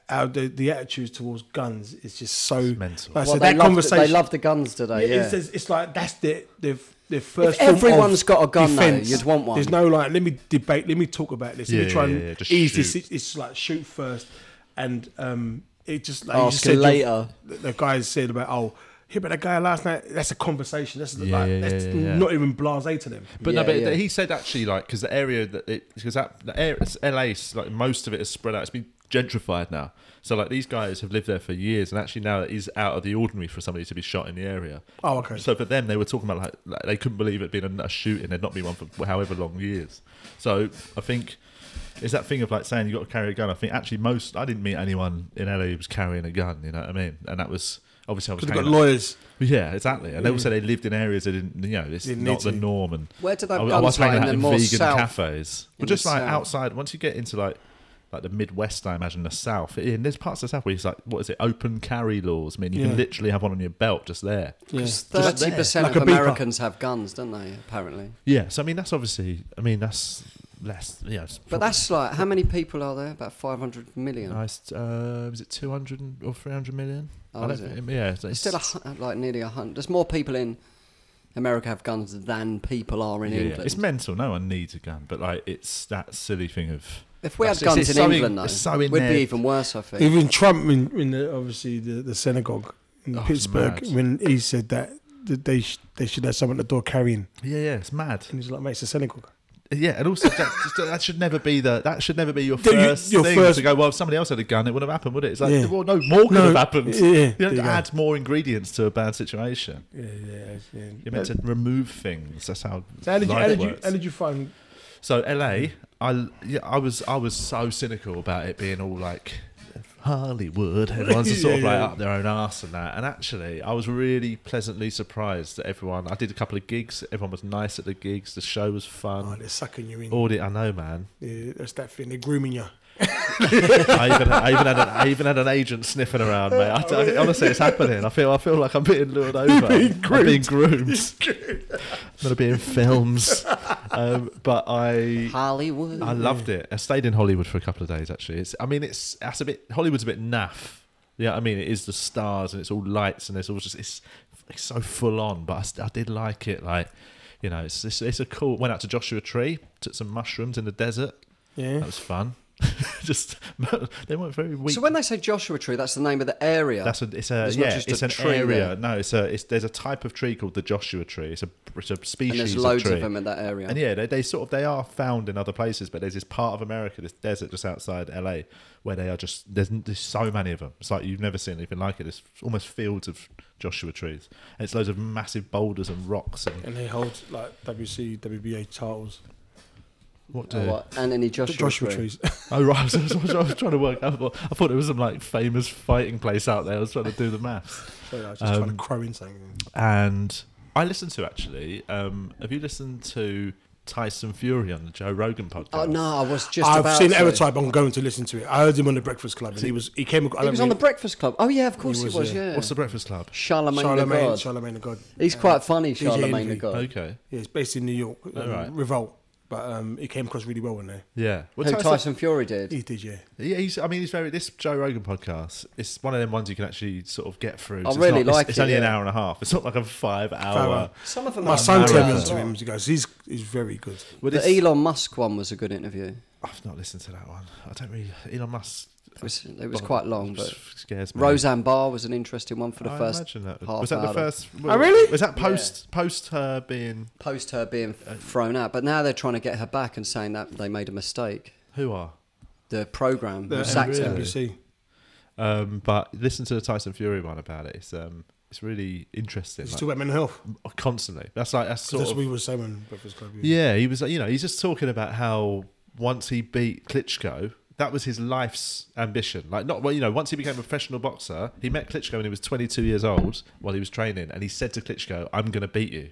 C: how the, the attitudes towards guns is just so
A: mental.
C: Like I said,
D: well, they,
C: that
D: love the,
C: conversation.
D: they love the guns today. Yeah.
C: It's, it's, it's like that's the the, the
D: if
C: first. form
D: everyone's
C: of
D: got a gun, though,
C: defense.
D: you'd want one.
C: There's no like, let me debate, let me talk about this,
A: Yeah,
C: let me try
A: yeah,
C: and
A: yeah, just
C: ease this.
A: shoot.
C: It's, it's like shoot first, and um, it just like you
D: Ask
C: just said,
D: later.
C: the- The guy said about oh. Yeah, but that guy last night, that's a conversation. That's,
A: Yeah,
C: like,
A: yeah,
C: that's
A: yeah, yeah.
C: not even blase to them.
A: But no,
D: Yeah,
A: but
D: yeah.
A: he said actually, like, because the area that it, because that the area, it's LA, 's, like most of it is spread out. It's been gentrified now. So like these guys have lived there for years, and actually now it is out of the ordinary for somebody to be shot in the area.
C: Oh, okay.
A: So for them, they were talking about like, like they couldn't believe it being a, a shooting. There'd not been one for however long years. So I think it's that thing of like saying you got to carry a gun. I think actually most I didn't meet anyone in LA who was carrying a gun. You know what I mean? And that was obviously I was
C: Because they've got
A: hanging out-
C: lawyers.
A: yeah, exactly. And they
D: Mm.
A: also they lived in areas that didn't, you know, it's
C: Didn't
A: not
C: need
A: the
C: to.
A: norm. And
D: Where do they have
A: I, I
D: guns
A: was hanging
D: like in
A: out
D: the
A: in
D: more
A: vegan
D: south?
A: cafes. Well,
D: the
A: just like
D: south?
A: outside, once you get into like like the Midwest, I imagine the South. And there's parts of the South where it's like, what is it? Open carry laws. I mean, you
C: Yeah.
A: can literally have one on your belt just there.
C: Just
A: Just
D: Thirty percent
C: there.
D: of
C: Like a beaker.
D: Americans have guns, don't they? Apparently,
A: Yeah. So I mean, that's obviously. I mean, that's less. Yeah. it's
D: but
A: probably-
D: that's like how many people are there? About five hundred million.
A: Nice. Uh, is it two hundred or three hundred million?
D: Oh,
A: I
D: is
A: don't
D: it?
A: think- Yeah. so
D: There's still a, hun- like nearly a hundred. There's more people in America have guns than people are in
A: yeah, yeah.
D: England.
A: It's mental. No one needs a gun, but like, it's that silly thing of.
D: if we had
A: That's- it's- it's
D: guns in
A: so in-
D: England, though,
A: it's so in
D: we'd
A: there.
D: be even worse. I think.
C: Even Trump in, in the, obviously the, the synagogue in
A: Oh, it's
C: Pittsburgh
A: mad.
C: when he said that, that they sh- they should have someone at the door carrying,
A: Yeah, yeah, it's mad.
C: and he's like, "Mate, it's a synagogue."
A: Yeah, and also that, just- that should never be the that should never be your
C: Dude, you-
A: first
C: your
A: thing
C: first-
A: to go. Well, if somebody else had a gun, it wouldn't have happened, would it? It's like,
C: Yeah.
A: well, no, more could
C: No,
A: have happened.
C: yeah,
A: you
C: there
A: don't
C: you go.
A: add more ingredients to a bad situation.
C: Yeah, yeah. yeah.
A: You're meant to remove things. That's how
C: So how did, you,
A: life
C: how, did you,
A: works.
C: how did you find?
A: So LA, I yeah, I was I was so cynical about it being all like Hollywood. Everyone's sort of
C: Yeah,
A: like
C: yeah.
A: up their own arse and that. And actually, I was really pleasantly surprised that everyone. I did a couple of gigs. Everyone was nice at the gigs. The show was
C: Oh,
A: fun.
C: they're sucking you in.
A: Audit, I know, man.
C: Yeah, that's that thing. They're grooming you.
A: I even, I even had an, I even had an agent sniffing around, mate. I, I- honestly, it's happening. I feel I feel like I'm being lured over. I'm being groomed. I'm gonna be in films. Um, but I
D: Hollywood.
A: I loved it. I stayed in Hollywood for a couple of days. Actually, it's I mean it's that's a bit Hollywood's a bit naff. Yeah, I mean it is the stars and it's all lights and it's all just it's it's so full on. But I, st- I did like it. Like you know, it's, it's it's a cool. Went out to Joshua Tree, took some mushrooms in the desert.
C: Yeah.
A: That was fun. just they weren't very weak.
D: So when they say Joshua Tree, that's the name of the area.
A: that's a, it's a
D: It's not
A: yeah,
D: just a
A: it's an
D: tree
A: area.
D: there.
A: No, it's a it's there's a type of tree called the Joshua tree. It's a it's a species
D: and there's loads
A: of
D: of,
A: tree.
D: them in that area.
A: And yeah, they, they sort of they are found in other places, but there's this part of America, this desert just outside LA, where they are just there's, there's so many of them. It's like you've never seen anything like it. There's almost fields of Joshua trees, and it's loads of massive boulders and rocks and
C: And they hold like WC, WBA titles.
A: what do
D: Oh, what? And any Joshua,
C: Joshua
D: Tree.
C: trees.
A: Oh right, I was, I was- I was trying to work. out. I thought, I thought it was some like famous fighting place out there. I was trying to do the maths.
C: Sorry, I was just
A: Um,
C: trying to crow in something.
A: and I listened to actually. Um, have you listened to Tyson Fury on the Joe Rogan podcast?
D: Oh no, I was just.
C: I've
D: about
C: seen
D: to.
C: Evertype. I'm going to listen to it. I heard him on the Breakfast Club, and he was he came.
D: He was on the Breakfast Club. Oh yeah, of course he was.
C: was, yeah.
D: yeah.
A: What's the Breakfast Club?
D: Charlemagne, the
C: Charlemagne,
D: God.
C: Charlemagne the God.
D: He's
C: Um,
D: quite funny,
C: DJ
D: Charlemagne the
C: Envy.
D: God.
A: Okay,
C: Yeah, it's based in New York. um,
A: All right.
C: Revolt, but um, it came across really well in there.
A: yeah. Well,
D: Who Tyson Fury did.
C: He's DJ.
A: Yeah, he's. I mean, he's very. This Joe Rogan podcast. It's one of them ones you can actually sort of get through.
D: I
A: it's
D: really
A: not- it's-
D: like
A: It's,
D: it,
A: only an
D: yeah.
A: hour and a half. It's not like a five-hour.
C: hour.
D: Some of them.
C: My
D: are
C: son
D: bad.
C: turned me on to him. He goes, he's he's very good.
A: Well,
D: The
A: this-
D: Elon Musk one was a good interview.
A: I've not listened to that one. I don't really. Elon Musk.
D: It was, it was quite long, but
A: scares me.
D: Roseanne Barr was an interesting one for the
A: I
D: first
A: imagine that.
D: half
A: was that the
D: hour.
A: first?
C: Oh, really?
A: Was that post post her being
D: Post her being thrown out, but now they're trying to get her back and saying that they made a mistake.
A: who are?
D: The program
C: The
D: was sacked.
A: really?
D: her.
C: NBC.
A: Um, but listen to the Tyson Fury one about it. It's um, it's really interesting.
C: It's
A: like,
C: too about mental health. 'Cause
A: constantly. That's like that's sort
C: That's
A: of
C: what we were saying on Breakfast Club.
A: yeah. He was like, you know he's just talking about how once he beat Klitschko, that was his life's ambition. Like, not well, you know, once he became a professional boxer, he met Klitschko when he was 22 years old while he was training, and he said to Klitschko, "I'm going to beat you."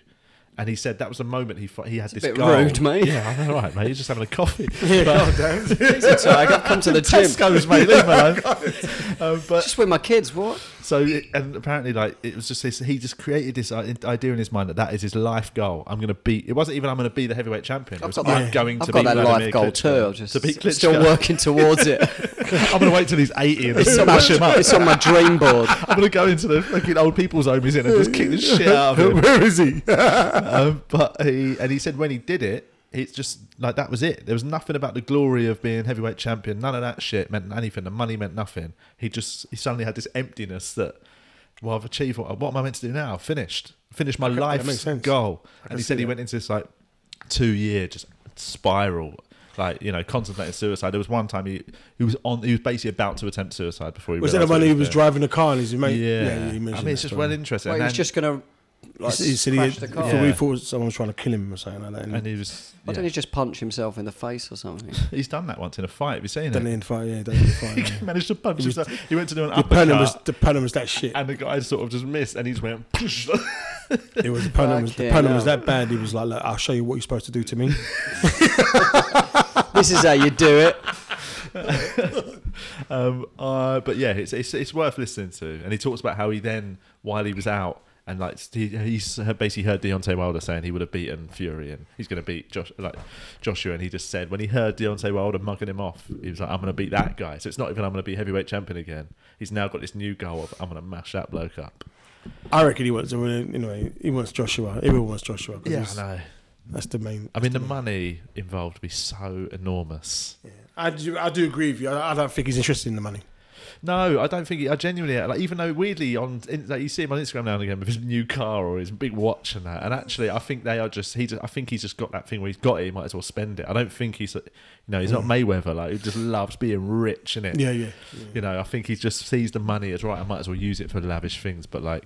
A: And he said that was the moment he fought, he had this
D: bit
A: goal.
D: rude, mate.
A: Yeah, I know, right, mate. He's just having a coffee.
D: So I got come to the gym
A: Tesco's, mate. Leave me alone. Um, but
D: just with my kids. What?
A: so, it- and apparently, like it was just this. He just created this i- idea in his mind that that is his life goal. I'm going to beat. It wasn't even I'm going to be the heavyweight champion. It was,
D: got
A: I'm
D: that-
A: going
D: I've
A: to
D: got
A: beat
D: that
A: Vladimir
D: life goal
A: Klitschko.
D: too. I'm just
A: to beat Klitschko.
D: still working towards it.
A: I'm going to wait till he's 80 and then
D: It's on, my,
A: smash him up.
D: it's on my dream board.
A: I'm going to go into the fucking old people's home he's in and just kick the shit out of him. Where is he? um, but he and he said when he did it, it's just like that was it. There was nothing about the glory of being heavyweight champion. None of that shit meant anything. The money meant nothing. He just he suddenly had this emptiness that well, I've achieved what, what am I meant to do now? Finished, finished my
C: makes
A: life's
C: sense.
A: goal. And he said
C: see
A: he
C: that.
A: went into this like two year just spiral. Like you know, contemplating suicide. There was one time he, he was on. He was basically about to attempt suicide before he
C: Was that the
A: realised
C: one
A: what
C: who was
A: doing.
C: driving the car and his mate?
A: Yeah,
C: he
A: I mean,
C: mentioned
A: it's
C: that
A: just well
C: story.
A: interesting.
D: Well,
A: and,
D: he's just gonna like
C: He said he,
D: crash the car.
A: Yeah.
C: we thought someone was trying to kill him or something like that. And,
A: and he was.
D: Why
A: yeah.
D: don't he just punch himself in the face or something?
A: He's done that once in a fight. Have you seen
C: done it
A: it?
C: in fire, yeah, done it in fire. yeah.
A: He managed to punch
C: was-
A: himself. He went to do an
C: The Panam was
A: uppercut,
C: the Panam was that shit.
A: and the guy sort of just missed, and he just went.
C: It was the Panam was the
D: Fucking
C: Panam was
D: hell.
C: that bad. He was like, "Look, I'll show you what you're supposed to do to me.
D: this is how you do it.
A: um, uh, but yeah, it's, it's it's worth listening to. And he talks about how he then, while he was out, and like he, he's basically heard Deontay Wilder saying he would have beaten Fury and he's going to beat Josh, like Joshua, and he just said when he heard Deontay Wilder mugging him off, he was like, "I'm going to beat that guy." So it's not even I'm going to be heavyweight champion again. He's now got this new goal of I'm going to mash that bloke up.
C: I reckon he wants to win. Anyway, he wants Joshua. Everyone wants Joshua. 'cause he's-
A: I know.
C: that's the main.
A: I mean, the money involved would be so enormous.
C: I do, I do agree with you. I, I don't think he's interested in the money.
A: No, I don't think. He, I genuinely like. Even though weirdly on, in, like, you see him on Instagram now and again with his new car or his big watch and that. And actually, I think they are just. He. Just, I think he's just got that thing where he's got it. He might as well spend it. I don't think he's. You know, he's not Mayweather. Like, who just loves being rich, innit?
C: Mm. Yeah, yeah.
A: You know, I think he just sees the money as right. I might as well use it for lavish things. But like,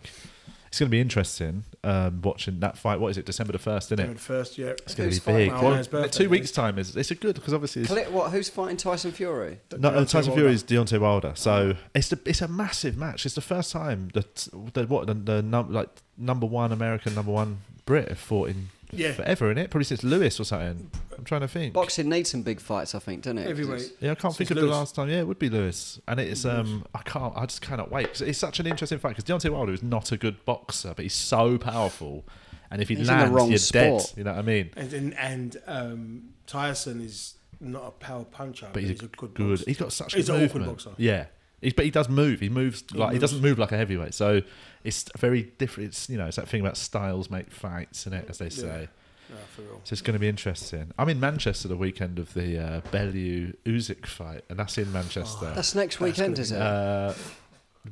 A: it's going to be interesting um, watching that fight. What is it? December the first, isn't
C: Coming
A: it?
C: First, yeah.
A: It's going to
D: Who's
A: be big.
C: fighting? Ironman's
A: Well,
C: birthday,
A: two
C: isn't
A: weeks time is. It's a good because obviously it's
D: Cl- What? Who's fighting Tyson Fury?
A: No, uh,
C: Deontay
A: Tyson
C: Wilder.
A: Fury is Deontay Wilder. So it's the, it's a massive match. It's the first time that the what the, the num, like number one American, number one Brit have fought in
C: Yeah.
A: forever in it. Probably since Lewis or something. I'm trying to think.
D: Boxing needs some big fights, I think, doesn't it? 'Cause
C: Heavyweight.
D: it's-
A: Yeah, I can't
C: Since
A: think of the
C: Lewis.
A: last time. Yeah, it would be Lewis, and it's um, I can't, I just cannot wait 'Cause it's such an interesting fact because Deontay Wilder is not a good boxer, but he's so powerful, and if he
D: He's in the
A: lands,
D: wrong
A: you're dead.
D: sport.
A: You know what I mean?
C: And and, and um, Tyson is not a power puncher,
A: But he's, a good,
C: boxer.
A: He's got such
C: He's
A: good
C: an awkward
A: movement.
C: boxer.
A: Yeah, he's, but he does move. He moves like he
C: moves.
A: doesn't move like a heavyweight. So it's very different. It's you know it's that thing about styles make fights, and it as they say.
C: Nah, for real.
A: So it's going to be interesting. I'm in Manchester the weekend of the uh, Bellew Uzik fight, and that's in
C: Oh,
A: Manchester.
D: That's next weekend, is it?
A: uh,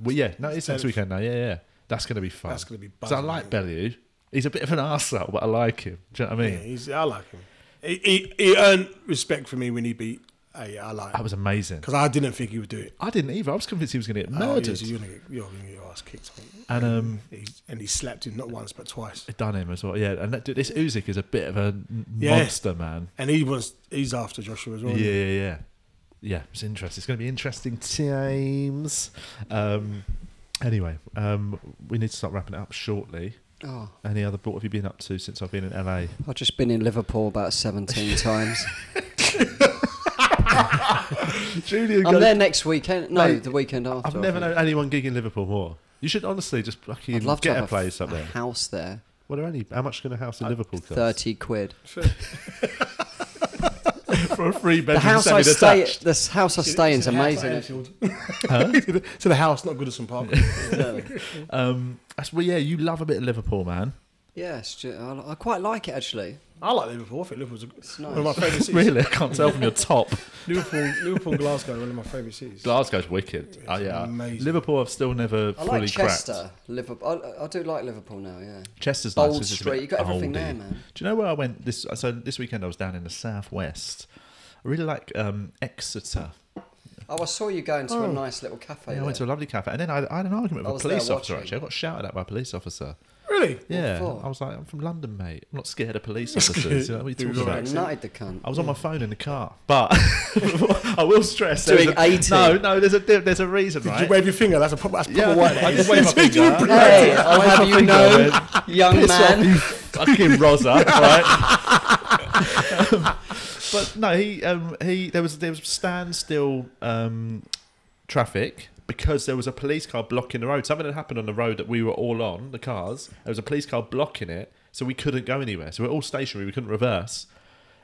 A: well, yeah, no, it's next
C: Tenth.
A: weekend now. Yeah, yeah, that's going to be fun.
C: That's gonna be
A: 'Cause I
C: buzzing,
A: like
C: mate.
A: Bellew. He's a bit of an arsehole, but I like him. Do you know what I mean?
C: Yeah, he's, I like him. He, he, he earned respect for me when he beat. Hey, I like
A: That was amazing.
C: because I didn't think he would do it.
A: I didn't either. I was convinced he was going to get
C: Oh,
A: murdered.
C: yeah, so you're gonna get, you're gonna get your ass kicked. Mate.
A: and um,
C: He, and he slapped him not once but twice.
A: done him as well. Yeah, and that, dude, this Uzik is a bit of a n-
C: Yeah.
A: monster, man.
C: And he wants he's after Joshua as
A: Yeah,
C: well.
A: yeah, yeah. Yeah, it's interesting. It's going to be interesting times. Um, anyway, um, we need to start wrapping it up shortly.
D: oh,
A: Any other what have you been up to since I've been in LA?
D: I've just been in Liverpool about 17 times.
A: Julian,
D: I'm
A: goes-
D: there next weekend. No,
A: Mate,
D: the weekend after.
A: I've
D: I
A: never
D: think.
A: known anyone gig in Liverpool more. You should honestly just fucking
D: I'd love to
A: get
D: have
A: a place
D: a, Uh,
A: up there.
D: house there.
A: What are any? How much can a house in Liverpool cost?
D: 30 quid.
A: for a free
D: The
A: bedroom.
D: house I stay
A: semi-detached.
D: this house I stay in's amazing.
C: so the house, not Goodison Park.
A: Um, that's well, yeah. You love a bit of Liverpool, man.
D: Yes, ju- I I quite like it actually.
C: I like Liverpool. I think Liverpool's a, one of my
D: nice.
C: favourite cities.
A: Really, I can't tell from your top.
C: Liverpool, Liverpool, and Glasgow, are one of my favourite cities.
A: Glasgow's wicked. oh yeah,
C: amazing.
A: Liverpool. I've still never
D: I
A: fully
D: like
A: cracked.
D: Chester, Liverpool. I, I do like Liverpool now. Yeah,
A: Chester's
D: Bold
A: nice, it's just a
D: Street,
A: bit
D: you got everything there,
A: oldy.
D: man.
A: Do you know where I went this? So this weekend I was down in the southwest. I really like um, Exeter.
D: Oh, I saw you going to a nice little cafe.
A: Yeah, I
D: there.
A: went to a lovely cafe, and then I, I had an argument with
D: I
A: a
D: was there
A: police officer.
D: watching.
A: Actually, I got shouted at by a police officer.
C: Really?
A: Yeah,
D: for?
A: I was like, I'm from London, mate. I'm not scared of police officers. You know, what are you
C: Dude,
A: talking
C: right.
A: about?
D: I nutted the cunt.
A: I was on my phone in the car, but I will stress
D: Doing
A: there's a-
D: 80.
A: No, no, there's a di- there's a reason,
C: Did
A: right?
C: you wave your finger? That's a proper. That's proper white.
A: I did wave my finger.
D: Hey, I'll
A: Wave my
D: have you
A: finger,
D: know,
A: man.
D: young
A: Piss off,
D: man.
A: you fucking Rosa, right? but no, he um, he there was there was standstill um, traffic because there was a police car blocking the road. Something had happened on the road that we were all on the cars. There was a police car blocking it, so we couldn't go anywhere. So we we're all stationary. We couldn't reverse.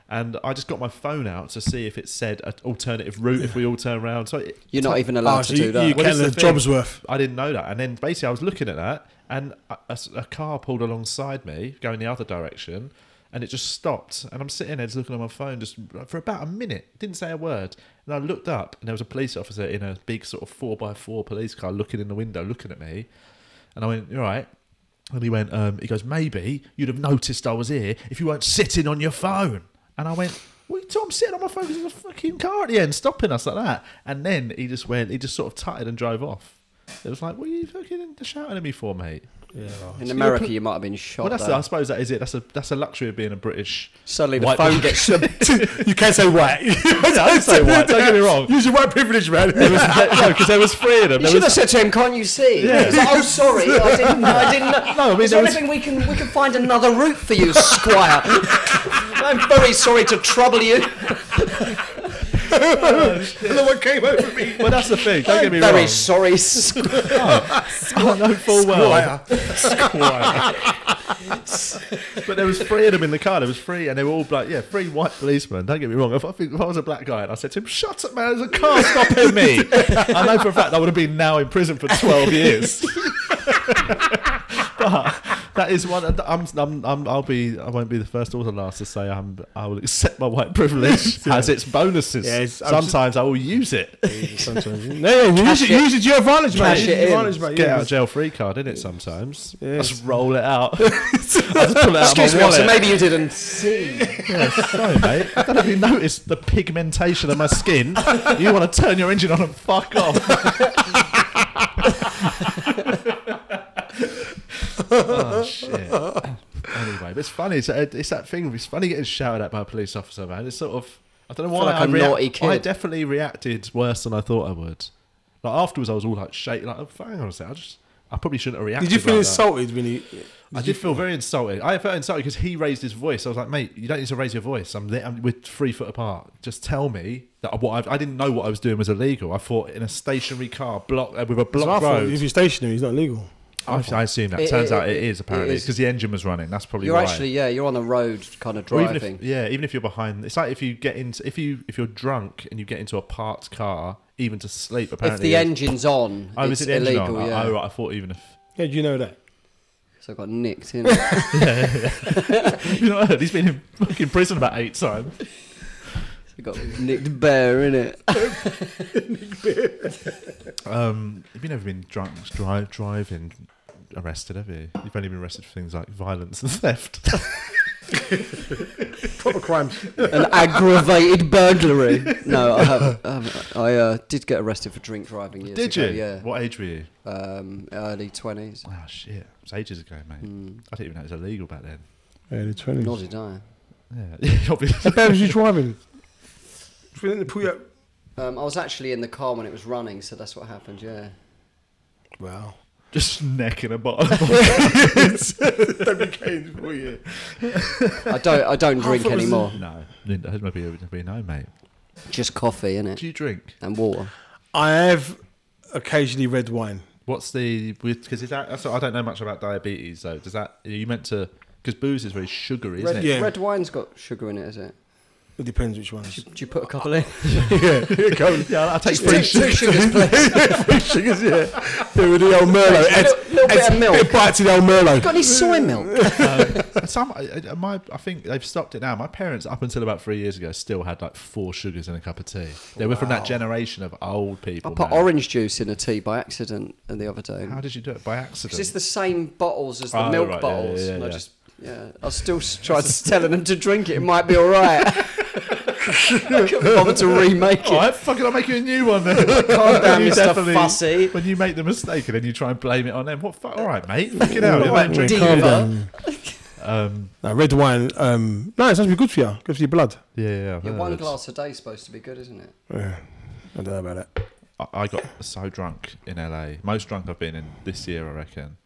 A: And I just got my phone out to see if it said an alternative route if we all turn around. So it,
D: You're not even allowed
C: Oh,
D: to
C: so
D: do
C: you,
D: that.
C: you
A: Well,
C: can
A: this
C: the
A: is the thing.
C: job's worth.
A: I didn't know that. And then basically, I was looking at that, and a, a s- a car pulled alongside me, going the other direction, and it just stopped. And I'm sitting there just looking on my phone, just for about a minute, didn't say a word. And I looked up, and there was a police officer in a big sort of four by four police car, looking in the window, looking at me. And I went, "All right." And he went, um, "He goes, maybe you'd have noticed I was here if you weren't sitting on your phone." And I went. Well, you told him sitting on my phone because there's a fucking car at the end stopping us like that. And then he just went, he just sort of tutted and drove off. It was like, what are you fucking shouting at me for, mate?
D: In America, you might have been shot.
A: Well, that's
D: there.
A: I suppose that is it. That's a that's a luxury of being a British.
D: Suddenly the
A: white-
D: phone gets.
C: You can say white.
A: I say white. Don't get me wrong.
C: Use your white privilege, man.
A: no, because there was three of them.
D: You
A: There
D: should have
A: was-
D: said to him, "Can't you see?"
A: Yeah.
D: He's like, oh, sorry, I didn't. know- I didn't. know."
A: No, I mean,
D: is there
A: there was-
D: anything we can we can find another route for you, Squire? I'm very sorry to trouble you.
C: no one came over me.
A: well, that's the thing. Don't get me
D: very
A: wrong.
D: sorry, Squire.
A: I
C: oh
A: know full well.
C: Squire.
A: But there was three of them in the car. There was three, and they were all like, yeah, three white policemen. Don't get me wrong. If I, think, if I was a black guy and I said to him, "Shut up, man! There's a car stopping me," I know for a fact I would have been now in prison for twelve years. but that is one. I'm, I'm, I'm, I'll be. I won't be the first or the last to say I'm. I will accept my white privilege as its bonuses.
C: Yeah, it's- I'm just-
A: Sometimes I will use it.
C: No, yeah, use it, use it to your advantage, man.
D: Cash
C: Use
D: it
C: it to your
D: in.
C: advantage, mate.
A: Get
C: Yeah,
A: out of jail free card, innit? Sometimes I
C: Yes.
A: just roll it out. I just pull it out
D: Excuse
A: of
D: me,
A: my wallet.
D: officer, maybe you didn't see.
A: Yeah, sorry, mate. I don't know if you noticed the pigmentation of my skin. You want to turn your engine on and fuck off. oh shit. Anyway, but it's funny. It's, it's that thing. It's funny getting shouted at by a police officer, man. It's sort of. I don't know why
D: Feel like
A: I
D: a
A: react-
D: naughty kid.
A: I definitely reacted worse than I thought I would. Like afterwards, I was all like shaking. Like, oh, hang on a sec. I just. I probably shouldn't have reacted.
C: Did you feel
A: like that.
C: insulted when you?
A: I did feel very insulted. I felt insulted because he raised his voice. I was like, mate, you don't need to raise your voice. I'm, li- I'm we're three foot apart. Just tell me that what I've, I didn't know what I was doing was illegal. I thought in a stationary car block uh, with a
C: It's our
A: blocked
C: fault.
A: road.
C: If you're stationary, he's not legal.
A: I, I assume that.
D: It-
A: Turns
D: it-
A: out it
D: it-
A: is
D: it
A: apparently
D: is.
A: because the engine was running. That's probably
D: You're
A: why.
D: actually yeah, you're on the road kind of
A: Or even if-
D: driving.
A: yeah, even if you're behind, it's like if you get into if you if you're drunk and you get into a parked car, even to sleep.
D: If
A: Apparently,
D: the
A: is-
D: engine's on,
A: Oh,
D: it's
A: is it the engine on?
D: illegal.
A: Oh,
D: Yeah.
A: Oh, right, I thought even if
C: Yeah, do you know that?
D: So I got nicked in.
A: you know heard, he's been in fucking prison about eight times.
D: I got nicked bare in it.
A: Um, have you never been drunk drive driving arrested? Have you? You've only been arrested for things like violence and theft.
C: Proper crimes.
D: An aggravated burglary. No, I haven't. I, haven't. I uh, did get arrested for drink driving years
A: Did
D: ago.
A: you?
D: Yeah.
A: What age were you?
D: Um, early twenties.
A: Oh shit, it was ages ago, mate. I didn't even know it was illegal back then.
C: Early
D: Nor
C: twenties.
D: did I.
A: Yeah, obviously.
C: How bad was you driving? Didn't they pull you up?
D: Um, I was actually in the car when it was running, so that's what happened. Yeah.
C: Wow.
A: Just necking a bottle.
C: Cane for you.
D: I don't. I don't drink
C: thought it was
D: anymore.
A: no, there'd be, there'd be no, mate.
D: Just coffee in
A: Do
D: it
A: you drink?
D: and water.
C: I have occasionally red wine.
A: What's the because is that? That's, what- I don't know much about diabetes though. Does that are you meant to? Because booze is very sugary, isn't
D: Red,
A: it?
C: Yeah.
D: red wine's got sugar in it, is it?
C: It depends which ones.
D: Do you put a couple in?
C: yeah, here it comes.
A: Yeah, I take
D: Just two, two sugars, please.
C: Free sugars, yeah. Yeah, with the old Merlot.
D: Little- little bit of milk.
C: Bit bite to the old Merlot.
D: Got any soy milk?
A: Some, I- I- my, I think they've stopped it now. My parents, up until about three years ago, still had like four sugars in a cup of tea. They were from that generation of old
D: I
A: people.
D: put
A: man.
D: orange juice in a tea by accident the other day.
A: How did you do it by
D: Because it's
A: accident?
D: the same bottles as the
A: Oh,
D: milk
A: right, yeah, yeah,
D: bottles.
A: yeah,
D: and I
A: yeah.
D: just, yeah, I was still s- trying to telling them to drink it. It might be all right. I couldn't be bothered to remake
A: All
D: it.
A: right, fuck it, I'll make you a new one then.
D: Calm down,
A: You
D: Mr.
A: definitely-
D: Fussy.
A: When you make the mistake and then you try and blame it on them, what fuck? All right, mate, fucking hell, you're
D: All right,
A: that drink.
D: diva.
C: Calm down.
A: Um,
C: Now, red wine, um, no, it's actually good for you. Good for your blood.
A: yeah, yeah. I've
D: Yeah,
A: heard.
D: one glass a day is supposed to be good, isn't it?
C: Yeah. I don't know about that.
A: I- I got so drunk in LA. Most drunk I've been in this year, I reckon.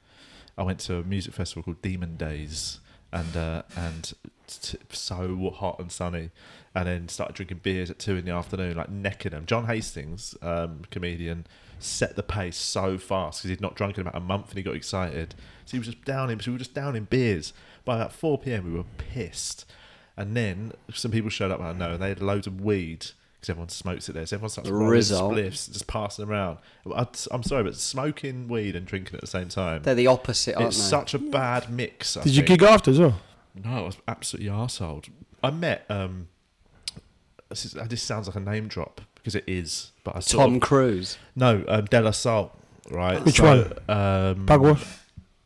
A: I went to a music festival called Demon Days, and uh, and t- so hot and sunny, and then started drinking beers at two in the afternoon, like necking them. John Hastings, um, comedian, set the pace so fast because he'd not drunk in about a month, and he got excited. So he was just down in. So we were just down in beers. By about four p.m., we were pissed. And then some people showed up. I know, and they had loads of weed because everyone smokes it there. So everyone starts rolling
D: Result.
A: spliffs, just passing them around. I, am sorry, but smoking weed and drinking at the same time.
D: They're the opposite, aren't
A: It's
D: they?
A: such a bad mix. I
C: Did you
A: think.
C: gig after as well?
A: No, I was absolutely arsehold. I met. Um, this, is, this sounds like a name drop because it is. But I sort
D: Tom
A: of-
D: Cruise.
A: no, um, De La Salle, right?
C: Which
A: one? Um,
C: Bagwash?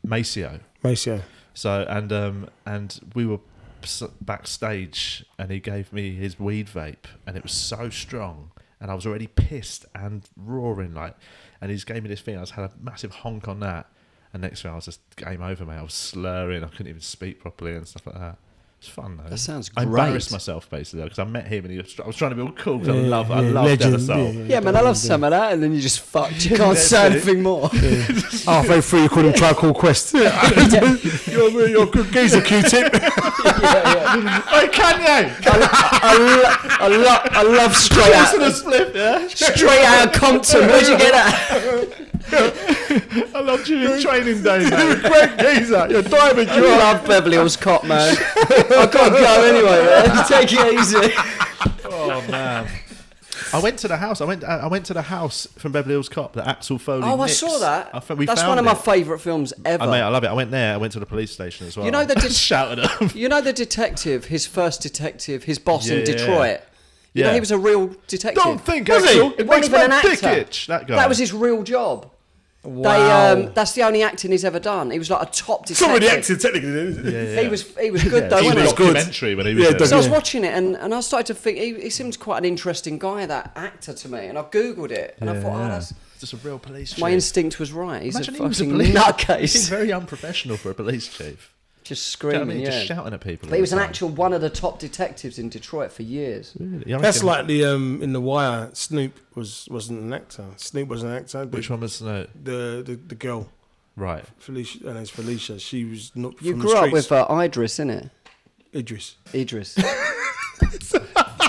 A: Maceo.
C: Maceo.
A: So and um and we were s- backstage, and he gave me his weed vape, and it was so strong, and I was already pissed and roaring like, and he's gave me this thing. I just had a massive honk on that, and next thing I was just game over, mate. I was slurring, I couldn't even speak properly and stuff like that. It's fun though.
D: That sounds
A: I embarrassed
D: great.
A: myself basically because I met him and he was, tr- I was trying to be all cool 'cause
C: Yeah,
A: I love I
C: yeah,
A: love
C: legend,
A: Delasol.
C: yeah, yeah.
D: Yeah, man, I love some of that, and then you just fucked. You can't say anything more.
C: Halfway through, Oh, you called him Tribe Called Quest. you're, you're a good geezer, Q-tip.
A: Hey Kanye,
D: I, lo- I, lo- I, lo- I love straight
A: listen to
D: out,
A: Spliff. Yeah,
D: straight out of Compton. Where'd you get that?
A: I loved you in Training Day, mate.
C: Great geezer. You're diamond.
D: I love Beverly Hills Cop, man. I can't go anyway. Man. Just Take it easy.
A: Oh man. I went to the house. I went. I went to the house from Beverly Hills Cop. The Axel Foley.
D: Oh, I
A: Nicks.
D: saw that.
A: I think we
D: That's
A: found
D: one of my
A: it.
D: favourite films ever.
A: Oh, mate, I love it. I went there. I went to the police station as well.
D: You know they
A: they
D: did-
A: just shouted at them.
D: you know the detective, his first detective, his boss
A: Yeah,
D: in
A: yeah, yeah.
D: Detroit. You know
A: Yeah.
D: he was a real detective.
A: Don't think,
D: Was he?
A: Axel. It
D: It
A: makes
D: wasn't even an
A: my dick
D: actor.
A: itch, that guy.
D: was his real job.
C: Wow.
D: They, um, that's the only acting he's ever done. He was like a top detective.
C: Somebody acted technically. didn't it?
D: He was he was good though.
A: he
D: wasn't
A: was
D: he?
C: good.
A: documentary when he was
C: Yeah,
A: there.
D: So I was
C: Yeah.
D: watching it and, and I started to think he, he seemed quite an interesting guy, that actor to me. And I googled it and I thought, oh,
A: Yeah.
D: that's,
A: just a real police.
D: my
A: chief.
D: instinct was right. He's
A: Imagine
D: a
A: he was a
D: fucking
A: police. He's
D: nutcase,
A: very unprofessional for a police chief.
D: just
A: Do you know
D: screaming.
A: what I mean?
D: yeah.
A: Just shouting at people.
D: But
A: all
D: he was
A: the
D: an
A: time.
D: actual one of the top detectives in Detroit for years.
A: Really? I
C: That's
A: reckon-
C: like the um, in the Wire. Snoop was wasn't an actor. Snoop was an actor. but
A: which one was no
C: The, the the girl
A: right?
C: Felicia, and it's Felicia. She was not.
D: You
C: from
D: grew
C: the
D: up
C: streets.
D: with uh, Idris, innit?
C: Idris.
D: Idris.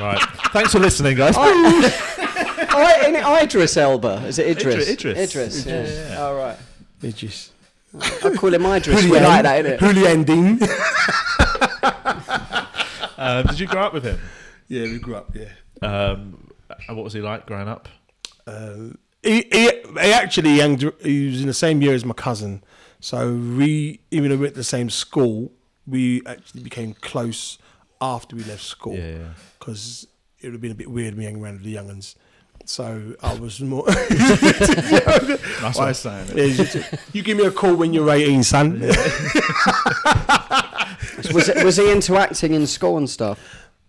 A: right. Thanks for listening, guys.
D: I, innit, Idris Elba. Is it Idris?
A: Idris.
D: Idris. Yeah. All right.
C: Idris.
D: I call him Idris. we like that, innit?
C: Julian Dean.
A: um, did you grow up with him?
C: yeah, we grew up. Yeah.
A: Um, and what was he like growing up?
C: Um, he, he, he actually young, he was in the same year as my cousin, so we even though we went to the same school, we actually became close after we left school
A: Yeah, yeah.
C: because it would have been a bit weird me hanging around with the younguns. So I was more.
A: That's what I'm saying.
C: Yeah, you- you give me a call when you're 18, son. Yeah,
D: Was, it- was he into acting in school and stuff?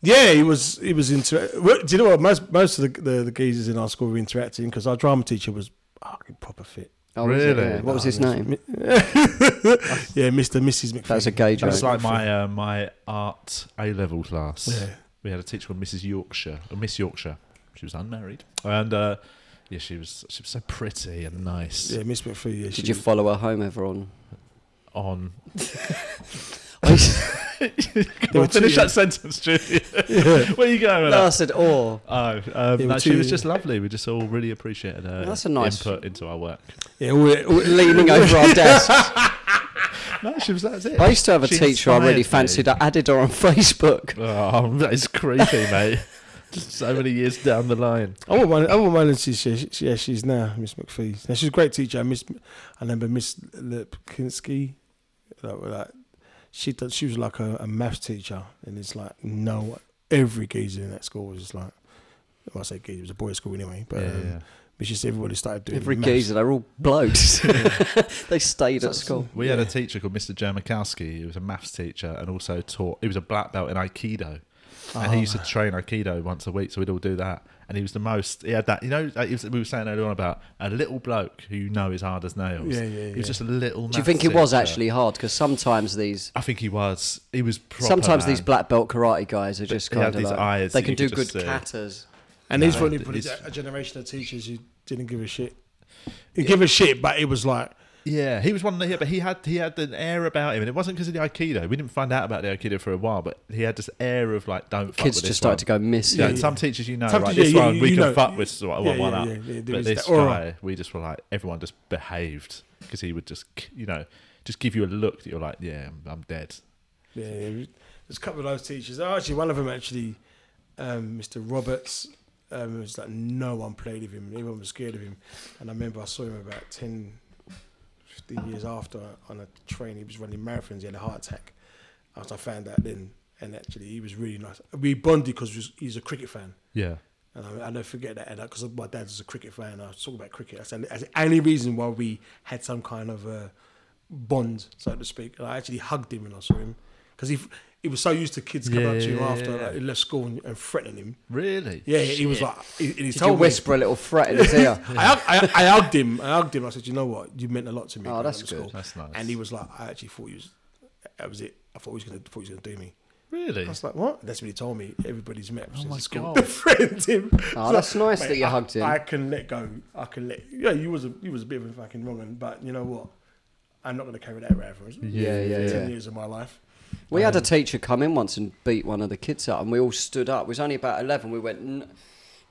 C: he was. He was into. well, Do you know what? Most most of the the, the geezers in our school were interacting because our drama teacher was fucking proper fit.
D: Oh, was he?
A: Really?
D: Yeah. What was his name?
C: Yeah, Mr. Mrs. McPherson.
D: That was a gay joke.
A: It's like my uh, my art A level class.
C: Yeah.
A: We had a teacher called Mrs. Yorkshire, or Miss Yorkshire. She was unmarried, and uh, yeah, she was she was so pretty and nice.
C: Yeah, Miss McPherson. Yeah, she
D: Did you
C: was-
D: follow her home ever on?
A: On
D: no,
C: There were
A: Well, finish
C: two-
A: that sentence, Julie. Where you going? With
D: I
A: that?
D: said, or.
A: Oh, um,
C: were
A: no, she
C: two-
A: was just lovely. We just all really appreciated her
D: That's a nice-
A: input into our work.
C: Yeah, we
D: Leaning over our desks.
A: No, she was that's it.
D: I used to have a
A: She
D: teacher I really
A: inspired me.
D: fancied. I added her on Facebook.
A: Oh, that is creepy, mate. Just so many years down the line.
C: I won't mind. I won't mind. if She's she, she, yeah, she's now Miss McPhee. Now she's a great teacher. I miss. I remember Miss Lipkinski. Like, with that, she done- she was like a, a math teacher, and it's like no, every geezer in that school was just like. Well, I say geezer. It was a boys' school anyway, but
A: Yeah,
C: um,
A: yeah.
C: it's just everybody started doing
D: Every
C: maths.
D: geezer, they're all blokes. they stayed at school.
A: We had a teacher called Mr. Jermakowski. He was a maths teacher and also taught. He was a black belt in Aikido, and he used
D: Ah.
A: to train aikido once a week, so we'd all do that. And he was the most. He had that. You know, like he was, we were saying earlier on about a little bloke who you know is hard as nails.
C: Yeah, yeah,
A: He
C: yeah.
A: was just a little.
D: Do you think it was actually hard? Because sometimes these
A: I think he was. He was. Proper,
D: sometimes
A: man.
D: these black belt karate guys are just
A: he had
D: kind of
A: these
D: like
A: eyes
D: they
A: that
D: can
A: you
D: do
A: could
D: good
A: just see.
D: katas.
C: And these were
A: it's-
C: probably a generation of teachers who didn't give a shit. Who give a shit, but it was like
A: Yeah, he was one of the. Yeah, but he had he had an air about him, and it wasn't because of the aikido. We didn't find out about the aikido for a while, but he had this air of like, don't. fuck
D: Kids
A: with
D: just
A: this one.
D: started to go missing.
A: Yeah, and some teachers you know,
C: Some
A: right?
C: teachers,
A: this
C: yeah,
A: one
C: you-
A: we
C: you
A: can
C: know.
A: fuck with one,
C: Yeah,
A: one, one
C: yeah,
A: up.
C: yeah, yeah, there
A: but
C: is
A: this
C: that. All
A: guy, we just were like, everyone just behaved because he would just, k- you know, just give you a look that you're like, yeah, I'm, I'm dead.
C: Yeah, yeah. we- there's a couple of those teachers. Oh, Actually, one of them actually, um, Mr. Roberts. Um, it was like no one played with him. Everyone was scared of him. And I remember I saw him about 10, 15 years after on a train. He was running marathons. He had a heart attack. After I found out then, and actually he was really nice. We bonded because he's a cricket fan.
A: Yeah,
C: And I, I never forget that because my dad was a cricket fan. I was talking about cricket. That's the, that's the only reason why we had some kind of uh bond, so to speak. And I actually hugged him when I saw him because he, f- he was so used to kids coming up to him
A: Yeah.
C: after like, he left school and, and threatening him.
A: really.
C: Yeah, he was like, he, and he
D: Did you
C: told me.
D: whisper a little threat in his ear?
C: I, hug- I, I hugged him. I hugged him. I said, "You know what? You meant a lot to me."
D: Oh,
C: growing
D: that's
C: up at
D: good.
A: That's nice.
C: And he was like, "I actually thought you was. That was it. I thought he was gonna. Thought he was gonna do me."
A: really.
C: I was like, "What?" That's what he told me. Everybody's met.
A: Oh
C: since
A: my
C: school.
A: God.
C: Befriend him.
D: Oh,
C: So,
D: that's nice that
C: mate,
D: you
C: I-
D: hugged him.
C: I can let go. I can let. Yeah, you was a you was a bit of a fucking wrong one, but you know what? I'm not gonna carry that around for
D: Yeah, yeah,
C: ten
D: yeah.
C: years of my life.
D: We had a
A: Um,
D: teacher come in once and beat one of the kids up, and we all stood up. It was only about 11. We went, "N-